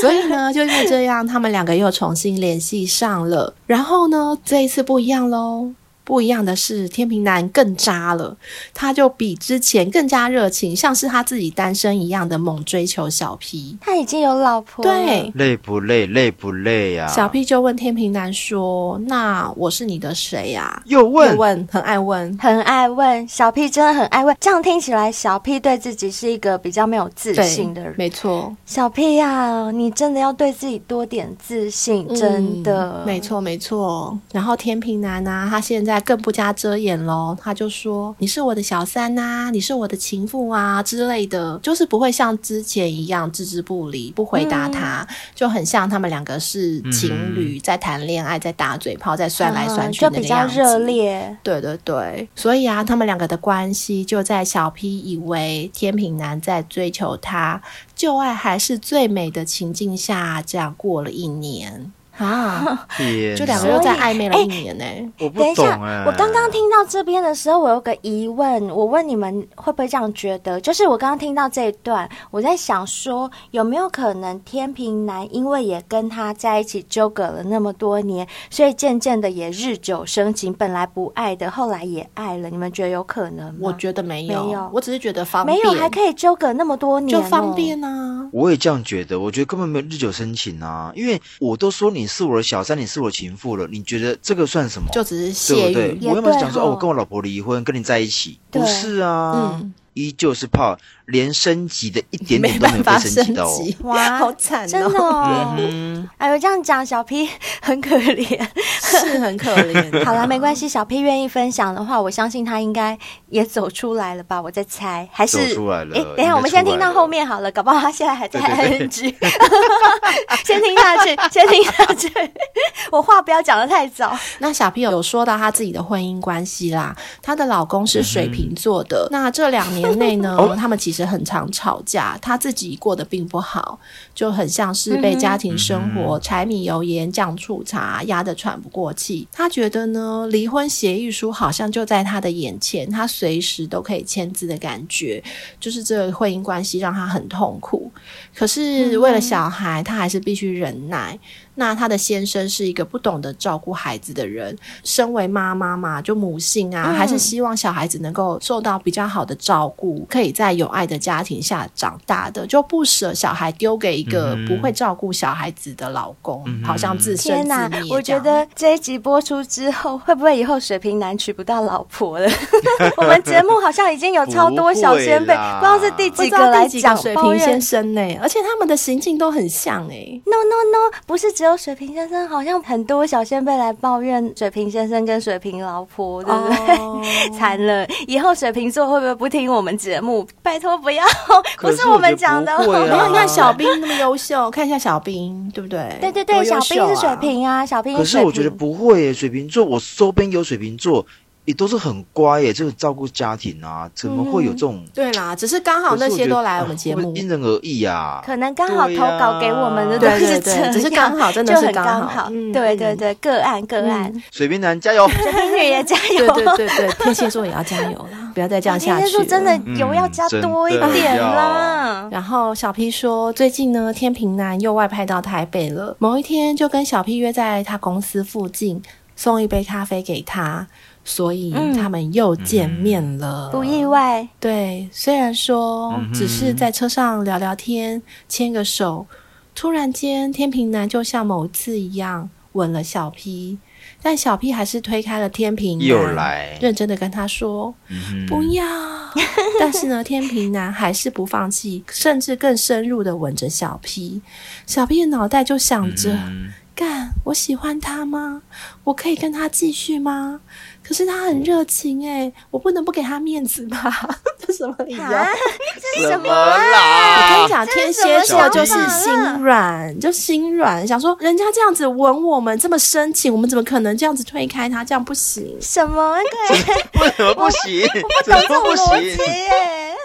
B: 所以呢，就因为这样，他们两个又重新联系上了。然后呢，这一次不一样喽。不一样的是，天平男更渣了，他就比之前更加热情，像是他自己单身一样的猛追求小 P。
D: 他已经有老婆了，
B: 对，
C: 累不累？累不累啊呀？
B: 小 P 就问天平男说：“那我是你的谁啊呀、
C: 又
B: 又
C: 问，
B: 问，很爱问。
D: 很爱问小 P，真的很爱问。这样听起来，小 P 对自己是一个比较没有自信的人。
B: 没错，
D: 小 P 呀、你真的要对自己多点自信，真的。
B: 嗯嗯没错，没错。然后天平男呢、他现在更不加遮掩喽，他就说：“你是我的小三呐、你是我的情妇啊之类的，就是不会像之前一样置之不理，不回答他，
D: 嗯
B: 就很像他们两个是情侣、在谈恋爱，在打嘴炮，在酸来酸
D: 嗯
B: 去
D: 啊就
B: 的
D: 比
B: 那
D: 较
B: 样子
D: 热烈。
B: 对对对，所以啊，他们两个的关系就在小 P 以为天平男在追求她，旧爱还是最美的情境下，这样过了一年。 啊，
C: 天哪，
B: 就两个又在暧昧了一年呢、
C: 我
D: 等
C: 不
D: 一
C: 懂
D: 下，
C: 哎、
D: 我刚刚听到这边的时候，我有个疑问，我问你们会不会这样觉得？就是我刚刚听到这一段，我在想说，有没有可能天平男因为也跟他在一起纠葛了那么多年，所以渐渐的也日久生情，本来不爱的，后来也爱了。你们觉得有可能吗？
B: 我觉得没有，
D: 没有
B: 我只是觉得方便，
D: 没有，还可以纠葛那么多年、哦
B: 就方。便啊。
C: 我也这样觉得，我觉得根本没有日久生情啊，因为我都说你是我的小三，你是我的情妇了，你觉得这个算什么？
B: 就只是泄
C: 对不
B: 欲
C: 对？
D: 也
C: 我原本是想说，
D: 对哦
C: 哦，我跟我老婆离婚，跟你在一起，
D: 对
C: 不是啊，
B: 嗯
C: 依旧是泡，连升级的一点点都没
B: 办
C: 有被
B: 法
C: 升级
B: 升
C: 到哦。
B: 级，
D: 哇
B: 好惨、哦，
D: 啊真的
C: 嗯
D: 哦，哎呦，这样讲小 P 很可怜。
B: 是很可怜。 啊
D: 好啦，没关系，小 P 愿意分享的话，我相信他应该也走出来了吧？我在猜，还是
C: 走出来了
D: 诶等一
C: 应
D: 下，
C: 该
D: 我们先
C: 出来
D: 听到
C: 了
D: 后面好了，搞不好他现在还在
C: 对对对
D: NG。先听下 去，先听下去。 我话不要讲的太早。
B: 那小 P 有说到她自己的婚姻关系啦，她的老公是水瓶座的。那这两年内呢，他们其实很常吵架，她自己过得并不好，就很像是被家庭生活、柴米油盐酱醋茶压得喘不过气。她觉得呢，离婚协议书好像就在她的眼前，她随时都可以签字的感觉，就是这个婚姻关系让她很痛苦。可是为了
D: 嗯
B: 小孩，她还是必须忍耐。那她的先生是一个不懂得照顾孩子的人，身为妈妈嘛，就母性啊，
D: 嗯
B: 还是希望小孩子能够受到比较好的照顾，可以在有爱的家庭下长大的，就不舍小孩丢给一个
C: 嗯哼嗯
B: 不会照顾小孩子的老公，
C: 哼
B: 好像自生
D: 天
B: 自
D: 哪
B: 灭。，
D: 我觉。得这一集播出之后，会不会以后水瓶男娶不到老婆了？ 我们节目好像已经有超多小先辈，
C: 不会啦
D: 不知道是第
B: 不
D: 几
B: 知
D: 个
B: 道
D: 来
B: 第几个
D: 讲
B: 水
D: 抱
B: 平
D: 怨
B: 先生呢、而且他们的行径都很像哎、
D: No no no，不是只有水瓶先生，好像很多小先辈来抱怨水瓶先生跟水瓶老婆，对不对？
B: 哦
D: 惨了，以后水瓶座会不会不听我们节目？拜托不要，
C: 可
D: 不
C: 是
D: 是我们讲的
C: 我觉得
D: 哦。
C: 不会啊
B: 没有，你看小兵那么优秀，看一下小兵，对不对？
D: 对对对，
B: 多
D: 小
B: 优秀
D: 兵是水
B: 啊。
D: 瓶啊，小兵
C: 可是
D: 水
C: 我觉得
D: 瓶。
C: 不会耶，水瓶座，我周边有水瓶座，也都是很乖耶，就是照顾家庭啊，怎么会有这种？
B: 对啦，只是刚好
C: 可是
B: 那
C: 我觉
B: 些
C: 得
B: 都来
C: 啊
B: 我们节
C: 会不
B: 目
C: 会，因人而异啊。
D: 可能刚好投稿给我们的都
C: 对
B: 啊
D: 是这
B: 对对
D: 样，
B: 对只是刚好真的
D: 就是很
B: 刚好
D: 刚好
B: 嗯。
D: 对对对，个案个案，
C: 水瓶男加油！
D: 水瓶女也加
B: 对
D: 油。
B: 对 对对，天蝎座也要加油啦，不要再这样下
D: 天
B: 去
D: 蝎
B: 了。
D: 座真的油要
C: 嗯
D: 加
C: 真
D: 多一
C: 的
D: 点
C: 要
D: 啦。
B: 然后小 P 说，最近呢，天平男又外派到台北了。某一天就跟小 P 约在他公司附近，送一杯咖啡给他，所以
D: 嗯
B: 他们又见面了。
D: 不意外，
B: 对，虽然说
C: 嗯哼
B: 只是在车上聊聊天、牵个手，突然间天平男就像某次一样吻了小 P，但小 P 还是推开了天平男，
C: 又来
B: 认真的跟他说
C: 嗯
B: 不要。但是呢，天平男还是不放弃，甚至更深入的吻着小 P。小 P 的脑袋就想着。
C: 嗯
B: 干，我喜欢他吗？我可以跟他继续吗？可是他很热情哎、我不能不给他面子吧？ 这什么理由？
D: 啊
B: 我
C: 什么啦？
B: 跟你讲，天蝎座就是
C: 这
D: 什
C: 是
B: 心
D: 么想法啊
B: 软，就心软，想说人家这样子吻我们这么深情，我们怎么可能这样子推开他？这样不行。
D: 什么？对，
C: 为什么不行？怎
D: 懂
C: 么
D: 这种
C: 不
D: 逻辑
C: 行？
D: 耶。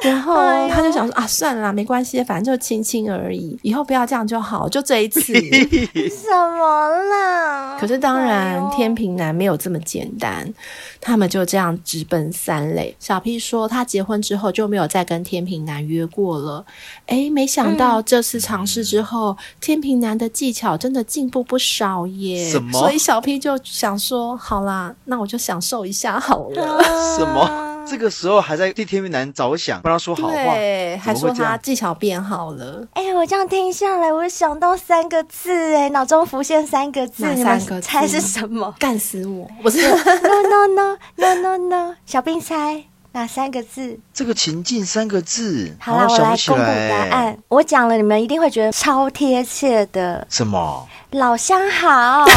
B: 然后
D: 哎呦
B: 他就想说、啊，算了啦，没关系，反正就亲亲而已，以后不要这样就好，就这 一次。
C: 哎
D: 什么啦？
B: 可是当然，天
D: 平
B: 平男没有这么简单，他们就这样直奔三垒。小 P 说，他结婚之后就没有再跟天平男约过了。诶，没想
C: 嗯
B: 到这次尝试之后，天平男的技巧真的进步不少耶。
C: 什么
B: 所以小 P 就想说，好啦，那我就享受一下好了。
C: 什么？这个时候还在替天命男着想，帮他说好话，
B: 对，还
C: 怎么
B: 说
C: 会这样
B: 他技巧变好了。
D: 哎、我这样听下来，我想到三个字，哎，脑中浮现三个字，
B: 哪
D: 你们
B: 三个字
D: 猜是什 么
B: 干死我！不是，
D: ？No No No No No No，小兵猜哪三个字？
C: 这个情境三个字，
D: 好
C: 然
D: 啦，
C: 后
D: 我
C: 想
D: 来
C: 不起
D: 公布答
C: 来
D: 案。我讲了，你们一定会觉得超贴切的。
C: 什么？
D: 老乡好，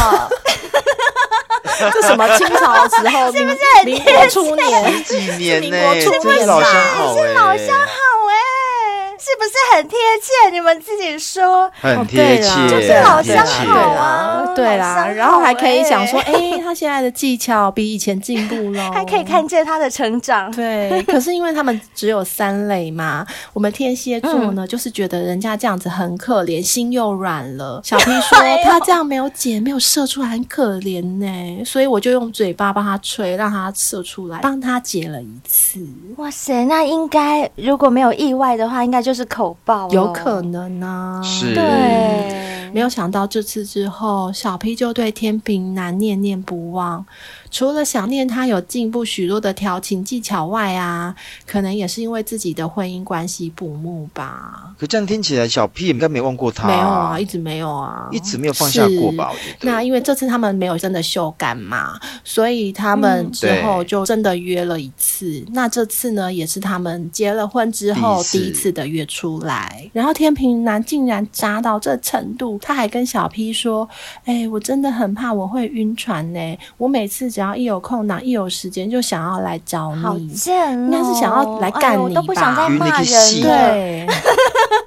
B: 这什么清朝时候， 民民国初年，
C: 几年呢、
B: 民国初
C: 真
B: 年
C: 哎是
B: 吧
C: 老相好、欸，是
D: 老乡好哎、是不是很贴切？你们自己说。
C: 很贴切，
B: 哦对
C: 很
B: 啦就是
D: 老
C: 贴
D: 乡
C: 切
D: 好啊哦
B: 对啦，然后还可以想说，，
D: 脑
B: 哎、他现在的技巧比以前进步喽，
D: 伤好欸还可以看见他的成长。
B: 对，可是因为他们只有三类嘛， 我们天蝎座
D: 嗯
B: 呢，就是觉得人家这样子很可怜，心又软 了。小 P 说
D: 哎
B: 他这样没有解，没有射出来，很可怜呢、所以我就用嘴巴帮他吹，让他射出来，帮他解了一次，
D: 哇塞，那应该如果没有意外的话，应该就是口爆咯，
B: 有可能啊呢、
C: 是
D: 对，
B: 没有想到这次之后，小 P 就对天平男念念不忘。除了想念他有进步许多的调情技巧外啊，可能也是因为自己的婚姻关系不睦吧。
C: 可这样听起来，小 P 也应该没忘过他、
B: 没有啊，一直没有啊，
C: 一直没有放下过吧？我
B: 是
C: 觉得。
B: 那因为这次他们没有真的修改嘛，所以他们之后
C: 对
B: 就真的约了一次。那这次呢，也是他们结了婚之后
C: 第
B: 第
C: 一次
B: 一次的约出来。然后天平男竟然渣到这程度，他还跟小 P 说：“哎、我真的很怕我会晕船呢、我每次只要一有空档、一有时间，就想要来找
D: 好
B: 你。”
D: 贱哦，
B: 应该是想要来干
D: 哎呦我
B: 你
D: 都不想
B: 吧
D: 再骂
C: 晕你个屁
D: 人了。
B: 对，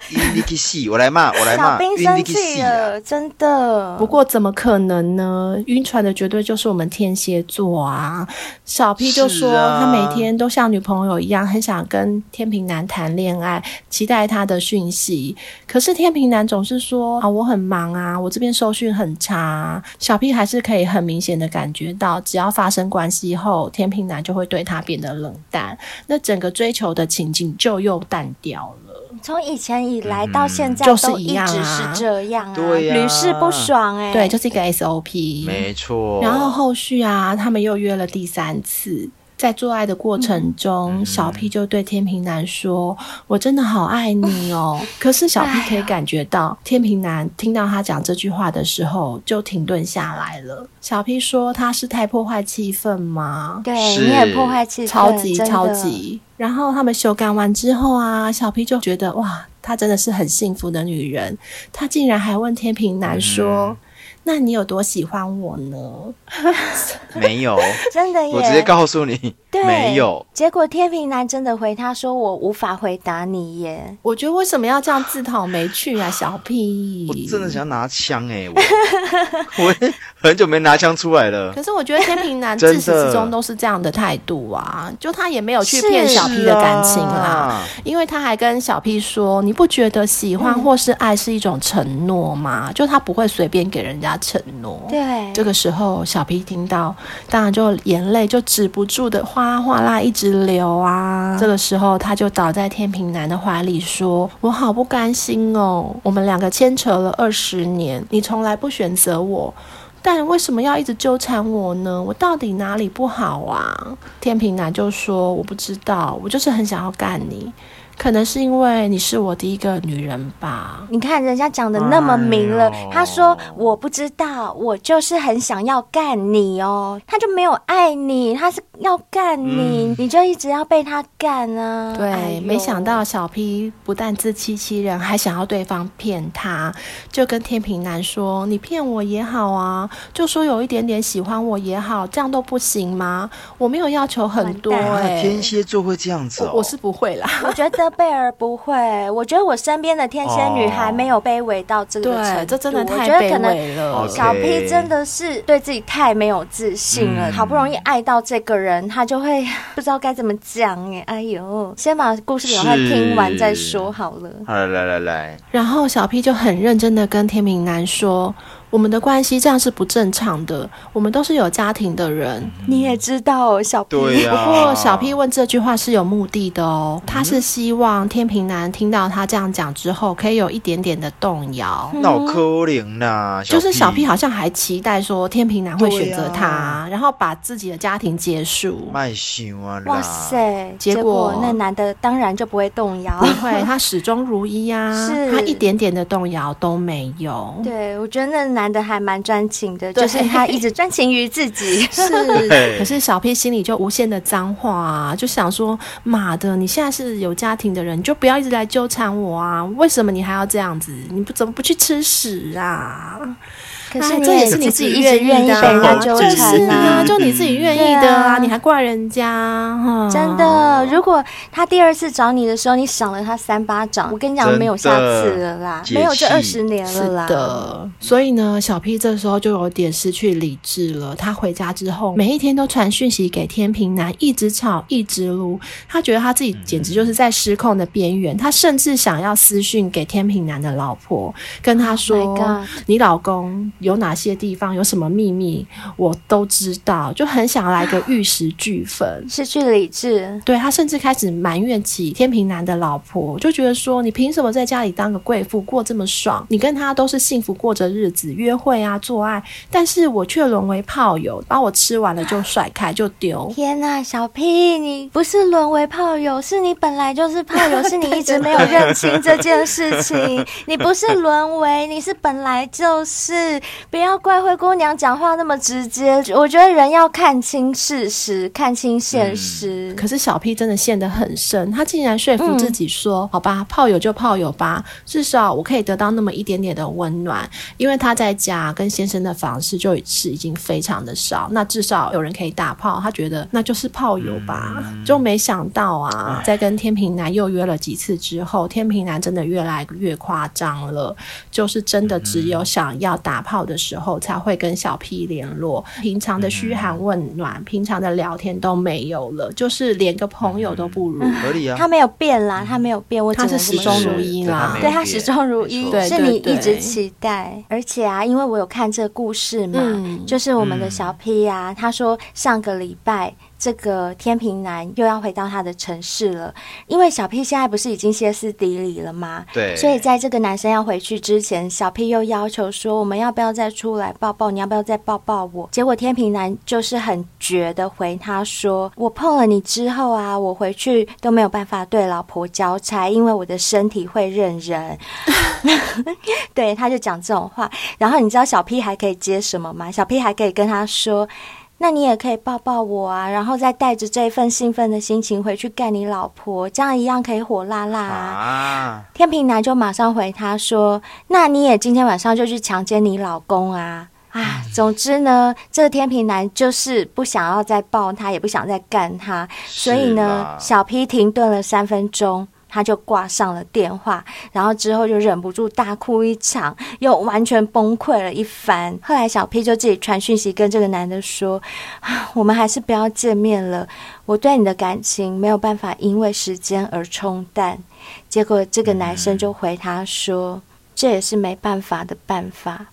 C: 晕你去死，我来骂，我来
D: 小
C: 骂，
D: 兵
C: 晕
D: 生
C: 你去
D: 气
C: 死啊！
D: 了，真的。
B: 不过怎么可能呢？晕船的绝对就是我们天蝎座啊！小 P 就说、
C: 是啊
B: 他每天都像女朋友一样，很想跟天平男谈恋爱，期待他的讯息。可是天平男总是说啊，我很忙啊，我这边收讯很差啊、小 P 还是可以很明显的感觉到，只要发生关系后，天平男就会对他变得冷淡，那整个追求的情境就又淡掉了。
D: 从以前以来到现在，
B: 就是
D: 都
B: 一
D: 一
B: 样
D: 直
B: 啊
D: 是这样啊，
C: 对呀
D: 屡试不爽哎。
B: 对，就是一个 SOP。
C: 没错。
B: 然后后续啊，他们又约了第三次。在做爱的过程中，小 P 就对天平男说：“我真的好爱你哦。”可是小 P 可以感觉到，天平男听到他讲这句话的时候就停顿下来了。小 P 说：“他是太破坏气氛吗？”
D: 对，
C: 是
D: 你很破坏气氛，
B: 超级
D: 真的
B: 超。级。然后他们修改完之后啊，小 P 就觉得哇，她真的是很幸福的女人。她竟然还问天平男说：“那你有多喜欢我呢？”
C: 没有，
D: 真的耶！
C: 我直接告诉你，
D: 啊对
C: 没有。。
D: 结果天平男真的回他说：“我无法回答你耶。
B: 我觉得为什么要这样自讨没趣啊，小 P？
C: 我真的想要拿枪哎、我 我很久没拿枪出来了
B: 可。是我觉得天平 男
C: 真
B: 自
C: 的
B: 始至终都是这样的态度啊，就他也没有去骗
D: 是
B: 小 P 的感情
C: 是
B: 啦，
C: 啊，
B: 因为他还跟小 P 说，你不觉得喜欢或是爱是一种承诺吗？就他不会随便给人家承诺。”。
D: 对，
B: 这个时候，小 P 听到，当然就眼泪就止不住的哗啦哗啦一直流啊。这个时候，他就倒在天平男的怀里，说：“我好不甘心哦，我们两个牵扯了二十年，你从来不选择我。”但为什么要一直纠缠我呢？我到底哪里不好啊？天平男就说：“我不知道，我就是很想要干你，可能是因为你是我第一个女人吧。”
D: 你看人家讲的那么明了
C: 哎呦，
D: 他说我不知道，我就是很想要干你哦，他就没有爱你，他是要干你，
C: 嗯
D: 你就一直要被他干啊。
B: 对，
D: 哎呦
B: 没想到小 P 不但自欺欺人，还想要对方骗他，就跟天平男说：“你骗我也好啊，就说有一点点喜欢我也好，这样都不行吗？我没有要求很多、
D: 完蛋
B: 欸，
C: 啊天蝎座会这样子哦。
B: 我我是不会啦。
D: 我觉得贝尔不会，我觉得我身边的天蝎女还没有卑微到这个程度，
B: 对，这真的
D: 我
B: 太
D: 觉得可
B: 卑
D: 能。
B: 微了。
C: 哦
D: 小
C: OK
D: P 真的是对自己太没有自信了，
C: 嗯
D: 好不容易爱到这个人，他就会 不知道该怎么讲哎，哎呦，先把故事赶快
C: 是
D: 听完再说好了。
C: 好来来来来，
B: 然后小 P 就很认真的跟天明男说：“我们的关系这样是不正常的，我们都是有家庭的人，
D: 你
B: 嗯
D: 也知道哦，小 P，
C: 对呀、啊
B: 不过小 P 问这句话是有目的的哦，他是希望天平男听到他这样讲之后，可以有一点点的动摇。
C: 那我可怜啦，
B: 嗯就是小 P 好像还期待说天平男会选择他，
C: 对
B: 然后把自己的家庭结束。
C: 卖心啊啦，
D: 哇，塞！
B: 结
D: 结
B: 果
D: 果那男的当然就不会动摇
B: 不。会，他始终如一呀、
D: 是
B: 他一点点的动摇都没有。
D: 对，我觉得那男的还蛮专情的，
B: 对。
D: 就是他一直专情于自己
B: 是，可是小 P 心里就无限的脏话啊，就想说，妈的，你现在是有家庭的人，你就不要一直来纠缠我啊！为什么你还要这样子？你不怎么不去吃屎啊？
D: 可是
B: 哎
D: 你
B: 这也
D: 也
B: 是你
D: 自己一直
B: 愿
D: 愿
B: 意
D: 意
B: 的、啊
D: 被人家纠
B: 就
D: 缠
B: 是啊，
D: 啊。
B: 就你自己愿意的
D: 对
B: 啊，
D: 啊
B: 你还怪人家，哈
D: 真的，如果他第二次找你的时候，你赏了他三巴掌，我跟你讲
C: 真，的
D: 没有下次了啦，
C: 解气
D: 没有这二十年
B: 是
D: 了啦。
B: 的，所以呢，小 P 这时候就有点失去理智了。他回家之后，每一天都传讯息给天平男，一直吵，一直撸。他觉得他自己简直就是在失控的边缘。他甚至想要私讯给天平男的老婆，跟他说
D: Oh my God
B: 你老公有哪些地方有什么秘密，我都知道。”就很想来个玉石俱焚。
D: 失去理智，
B: 对他甚至开始埋怨起天平男的老婆，就觉得说你凭什么在家里当个贵妇过这么爽？你跟他都是幸福过着日子，约会啊，做爱，但是我却沦为炮友，把我吃完了就甩开就丢。
D: 天呐，小 P，你不是沦为炮友，是你本来就是炮友，是你一直没有认清这件事情。你不是沦为，你是本来就是。不要怪灰姑娘讲话那么直接，我觉得人要看清事实，看清现实。
B: 嗯可是小 P 真的陷得很深，他竟然说服自己说：“好吧，炮友就炮友吧，至少我可以得到那么一点点的温暖。”因为他在家跟先生的房事就是已经非常的少，那至少有人可以打炮，他觉得那就是炮友吧。就没想到啊，在跟天平男又约了几次之后，天平男真的越来越夸张了，就是真的只有想要打炮的时候才会跟小 P 联络，平常的嘘寒问暖、平常的聊天都没有了，就是连个朋友都不如。
C: 合理啊。
D: 他没有变啦，他没有变，我只
B: 嗯他
D: 能
B: 嗯是始
D: 这么
B: 终
D: 说
B: 如一啦，
D: 对他始终如一，
C: 对
D: 是
B: 对
D: 你一
B: 对
D: 直期待。而且啊，因为我有看这个故事嘛，
B: 嗯
D: 就是我们的小 P 啊，他说上个礼拜。这个天平男又要回到他的城市了，因为小 P 现在不是已经歇斯底里了吗？
C: 对
D: 所以在这个男生要回去之前，小 P 又要求说：“我们要不要再出来抱抱？你要不要再抱抱我？”结果天平男就是很绝的回他说：“我碰了你之后啊，我回去都没有办法对老婆交差，因为我的身体会认人。” 对，他就讲这种话。然后你知道小 P 还可以接什么吗？小 P 还可以跟他说。那你也可以抱抱我啊，然后再带着这份兴奋的心情回去干你老婆，这样一样可以火辣辣啊。
C: 啊，
D: 天平男就马上回他说：“那你也今天晚上就去强奸你老公啊！”啊，总之呢，这个天平男就是不想要再抱他，也不想再干他，所以呢，
C: 是啦
D: 小 P 停顿了三分钟，他就挂上了电话，然后之后就忍不住大哭一场，又完全崩溃了一番。后来小 P 就自己传讯息跟这个男的说：“啊，我们还是不要见面了，我对你的感情没有办法因为时间而冲淡。”结果这个男生就回他说：“这也是没办法的办法。”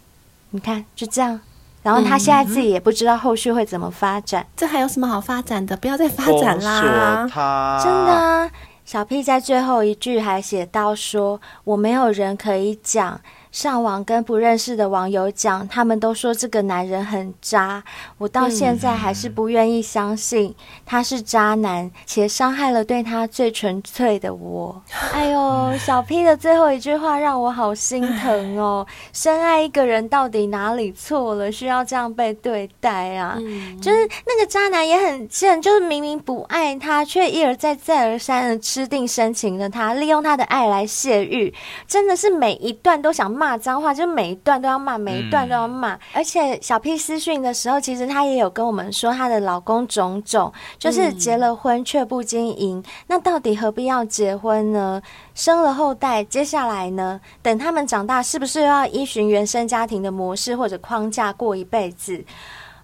D: 你看，就这样。然后他现在自己也不知道后续会怎么发展。
B: 这还有什么好发展的？不要再发
C: 封
B: 展啦
C: 锁！他
D: 真的、啊，小 P 在最后一句还写到说：“我没有人可以讲，上网跟不认识的网友讲，他们都说这个男人很渣，我到现在还是不愿意相信他是渣男，且伤害了对他最纯粹的我。”哎呦，小 P 的最后一句话让我好心疼哦！深爱一个人到底哪里错了，需要这样被对待啊？就是那个渣男也很贱，就是明明不爱他，却一而再、再而三的吃定深情的他，利用他的爱来泄欲，真的是每一段都想骂脏话，就是每一段都要骂，每一段都要骂。而且小 P 私讯的时候，其实她也有跟我们说她的老公种种，就是结了婚却不经营，那到底何必要结婚呢？生了后代，接下来呢？等他们长大，是不是又要依循原生家庭的模式或者框架过一辈子？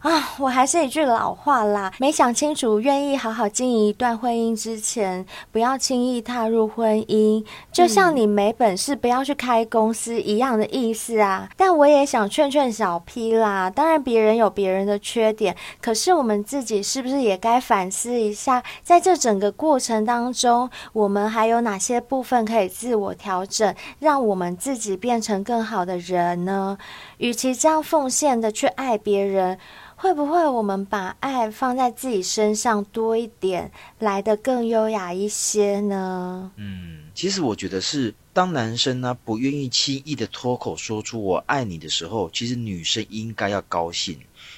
D: 啊，我还是一句老话啦，没想清楚，愿意好好经营一段婚姻之前，不要轻易踏入婚姻，就像你没本事不要去开公司一样的意思啊。但我也想劝劝小 P 啦，当然别人有别人的缺点，可是我们自己是不是也该反思一下，在这整个过程当中，我们还有哪些部分可以自我调整，让我们自己变成更好的人呢？与其这样奉献的去爱别人，会不会我们把爱放在自己身上多一点，来得更优雅一些呢？
C: 嗯，其实我觉得是，当男生呢、不愿意轻易的脱口说出“我爱你”的时候，其实女生应该要高兴，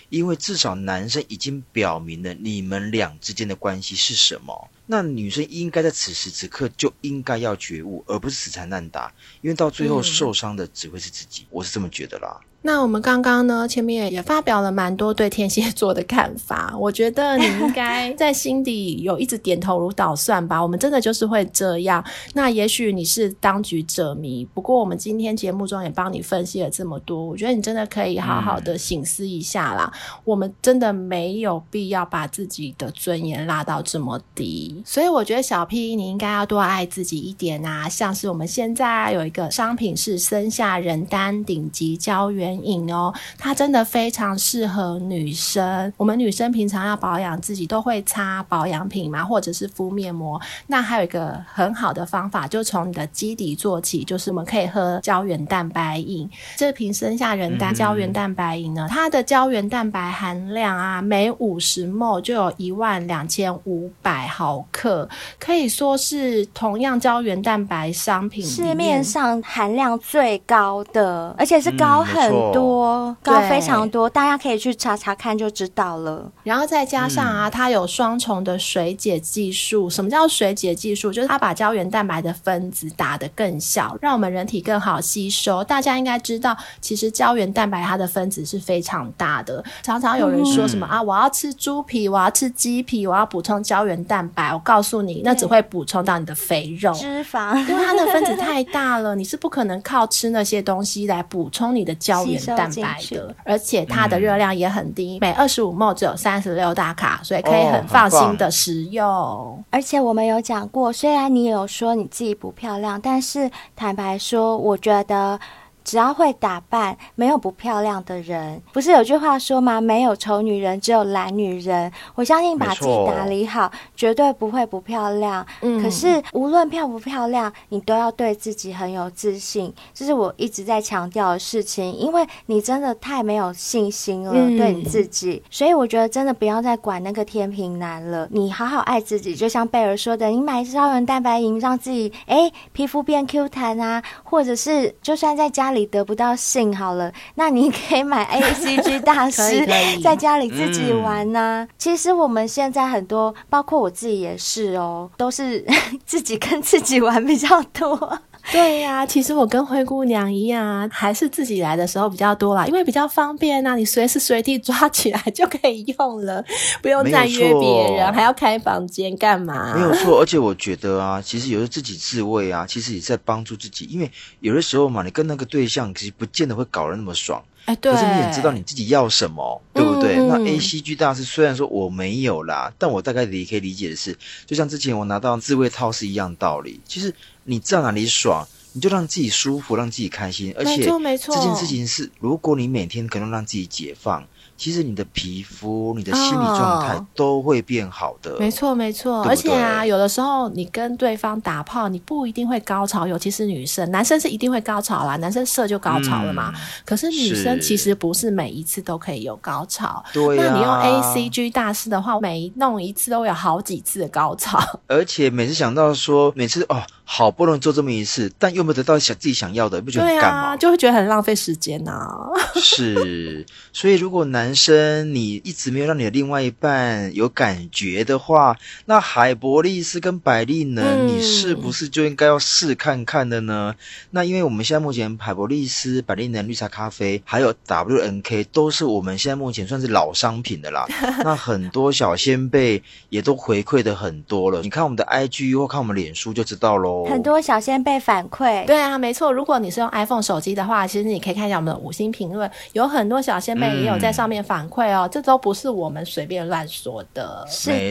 C: 因为至少男生已经表明了你们俩之间的关系是什么。那女生应该在此时此刻就应该要觉悟，而不是死缠烂打，因为到最后受伤的只会是自己。我是这么觉得啦。
B: 那我们刚刚呢，前面也发表了蛮多对天蝎座的看法。 我觉得你应该在心底有一直点头如捣蒜吧。我们真的就是会这样。那也许你是当局者迷，不过我们今天节目中也帮你分析了这么多，我觉得你真的可以好好的醒思一下啦。我们真的没有必要把自己的尊严拉到这么低。所以我觉得小 P 你应该要多爱自己一点啊。像是我们现在有一个商品是生下人丹顶级胶原饮哦，它真的非常适合女生。我们女生平常要保养自己都会擦保养品嘛，或者是敷面膜。那还有一个很好的方法，就从你的基底做起，就是我们可以喝胶原蛋白饮。这瓶生下人丹胶原蛋白饮呢，它的胶原蛋白含量啊，每五十 ml 就有一万两千五百毫克，可以说是同样胶原蛋白商品里
D: 市面
B: 面
D: 上含量最高的，而且是高
C: 嗯没
D: 很
C: 错
D: 多，高
B: 对
D: 非常多，大家可以去查查看就知道了。
B: 然后再加上啊，它有双重的水解技术。什么叫水解技术？就是它把胶原蛋白的分子打得更小，让我们人体更好吸收。大家应该知道，其实胶原蛋白它的分子是非常大的。常常有人说什么、啊，我要吃猪皮，我要吃鸡皮，我要补充胶原蛋白。我告诉你，那只会补充到你的肥肉。
D: 脂肪
B: 因为它的分子太大 了，你是不可能靠吃那些东西来补充你的胶原蛋白
D: 吸收进
B: 的，而且它的热量也很
C: 嗯
B: 低，每二十五 ml 只有三十六大卡，所以可以
C: 哦
B: 很放
C: 很棒
B: 心的食用。
C: 哦
D: 而且我们有讲过，虽然你有说你自己不漂亮，但是坦白说，我觉得只要会打扮，没有不漂亮的人。不是有句话说吗？没有丑女人，只有懒女人。我相信把
C: 没
D: 自
C: 错
D: 己打理好，绝对不会不漂亮。
B: 嗯
D: 可是无论漂不漂亮，你都要对自己很有自信，这是我一直在强调的事情。因为你真的太没有信心了，
B: 嗯
D: 呃对你自己，所以我觉得真的不要再管那个天平男了，你好好爱自己。就像贝尔说的，你买胶原蛋白饮，让自己哎皮肤变 Q 弹啊，或者是就算在家里得不到性好了，那你可以买 A C G 大
B: 可以
D: 师
B: 可以
D: 在家里自己
C: 嗯
D: 玩呐、其实我们现在很多，包括我自己也是哦，都是 自己跟自己玩比较
C: 哦
D: 多。
B: 对呀、其实我跟灰姑娘一样啊，还是自己来的时候比较多啦，因为比较方便啊，你随时随地抓起来就可以用了，不用再约别
C: 没有
B: 人，
C: 错
B: 还要开房间干嘛？
C: 没有错，而且我觉得啊，其实有时候自己自慰啊，其实也在帮助自己，因为有的时候嘛，你跟那个对象其实不见得会搞得那么爽，
B: 哎，对，
C: 可是你也知道你自己要什么，对不对？
B: 嗯
C: 那
B: 嗯
C: A C G 大师虽然说我没有啦，但我大概理可以理解的是，就像之前我拿到自慰套是一样道理，其实你知道哪里爽，你就让自己舒服，让自己开心，而
B: 没
C: 且
B: 错没错
C: 这件事情是，如果你每天可能让自己解放，其实你的皮肤、你的心理状态
B: 哦
C: 都会变好的。
B: 没错，没错，
C: 对不
B: 而且啊，
C: 对
B: 有的时候你跟对方打炮，你不一定会高潮，尤其是女生，男生是一定会高潮啦，男生射就高潮了嘛。可是女
C: 嗯
B: 生
C: 是
B: 其实不是每一次都可以有高潮。
C: 对
B: 那你用
C: 啊
B: A C G 大师的话，每弄一次都会有好几次的高潮。
C: 而且每次想到说，每次哦，好不容易做这么一次，但又没有得到想自己想要的，你不觉得
B: 对
C: 很干嘛？
B: 啊，就会觉得很浪费时间呐、 啊。
C: 是，所以如果男生你一直没有让你的另外一半有感觉的话，那海博力斯跟百利能，
B: 嗯
C: 你是不是就应该要试看看的呢？那因为我们现在目前海博力斯、百利能、绿茶咖啡还有 WNK 都是我们现在目前算是老商品的 啦。那很多小先辈也都回馈的很多了，你看我们的 IG 或看我们脸书就知道喽。
D: 很多小仙贝反馈，
B: 对啊，没错。如果你是用 iPhone 手机的话，其实你可以看一下我们的五星评论，有很多小仙妹也有
C: 嗯
B: 在上面反馈哦，这都不是我们随便乱说的。
D: 是
C: 没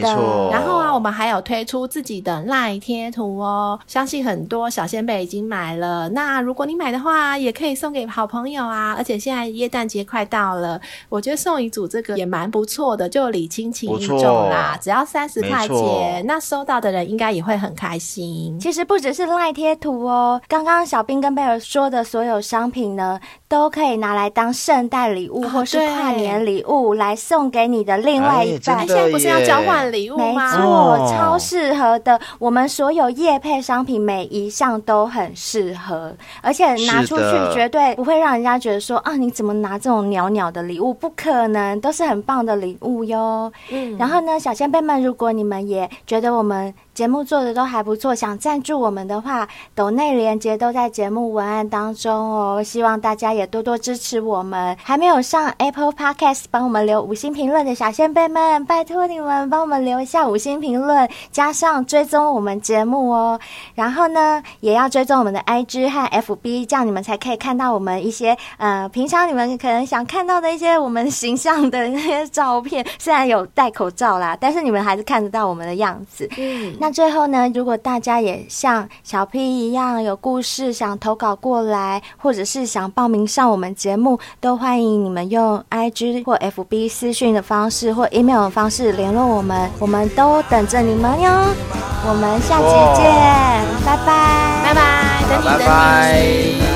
D: 的。
C: 错
B: 然后啊，我们还有推出自己的赖贴图哦，相信很多小先辈已经买了。那如果你买的话，也可以送给好朋友啊。而且现在耶诞节快到了，我觉得送一组这个也蛮不错的，就礼轻情意重啦
C: 不错，
B: 只要三十块
C: 哦没错
B: 钱，那收到的人应该也会很开心。
D: 其实不只是赖贴图哦，刚刚小兵跟贝尔说的所有商品呢，都可以拿来当圣诞礼物
B: 哦
D: 或是
B: 对
D: 跨年礼物来送给你的另外一半。
B: 哎，
C: 真
B: 现
C: 的
B: 在不是要
C: 耶
B: 交换礼物
D: 没
B: 吗？
D: 错，
C: 哦
D: 超适合的。我们所有业配商品每一项都很适合，而且拿出
C: 是
D: 去
C: 的
D: 绝对不会让人家觉得说啊，你怎么拿这种袅袅的礼物？不可能，都是很棒的礼物哟。
B: 嗯
D: 然后呢，小先辈们，如果你们也觉得我们节目做的都还不错，想赞助我们的话，抖内连接都在节目文案当中哦。希望大家也多多支持我们。还没有上 Apple Podcast 帮我们留五星评论的小先辈们，拜托你们帮我们留一下五星评论，加上追踪我们节目哦。然后呢，也要追踪我们的 IG 和 FB，这样你们才可以看到我们一些呃，平常你们可能想看到的一些我们形象的那些照片。虽然有戴口罩啦，但是你们还是看得到我们的样子。
B: 嗯，
D: 那最后呢，如果大家也像小 P 一样有故事想投稿过来，或者是想报名上我们节目，都欢迎你们用 IG 或 FB 私讯的方式或 email 的方式联络我们，我们都等着你们哟。我们下期见，拜拜
B: 拜拜，等
C: 拜
B: 你等你。
C: 拜。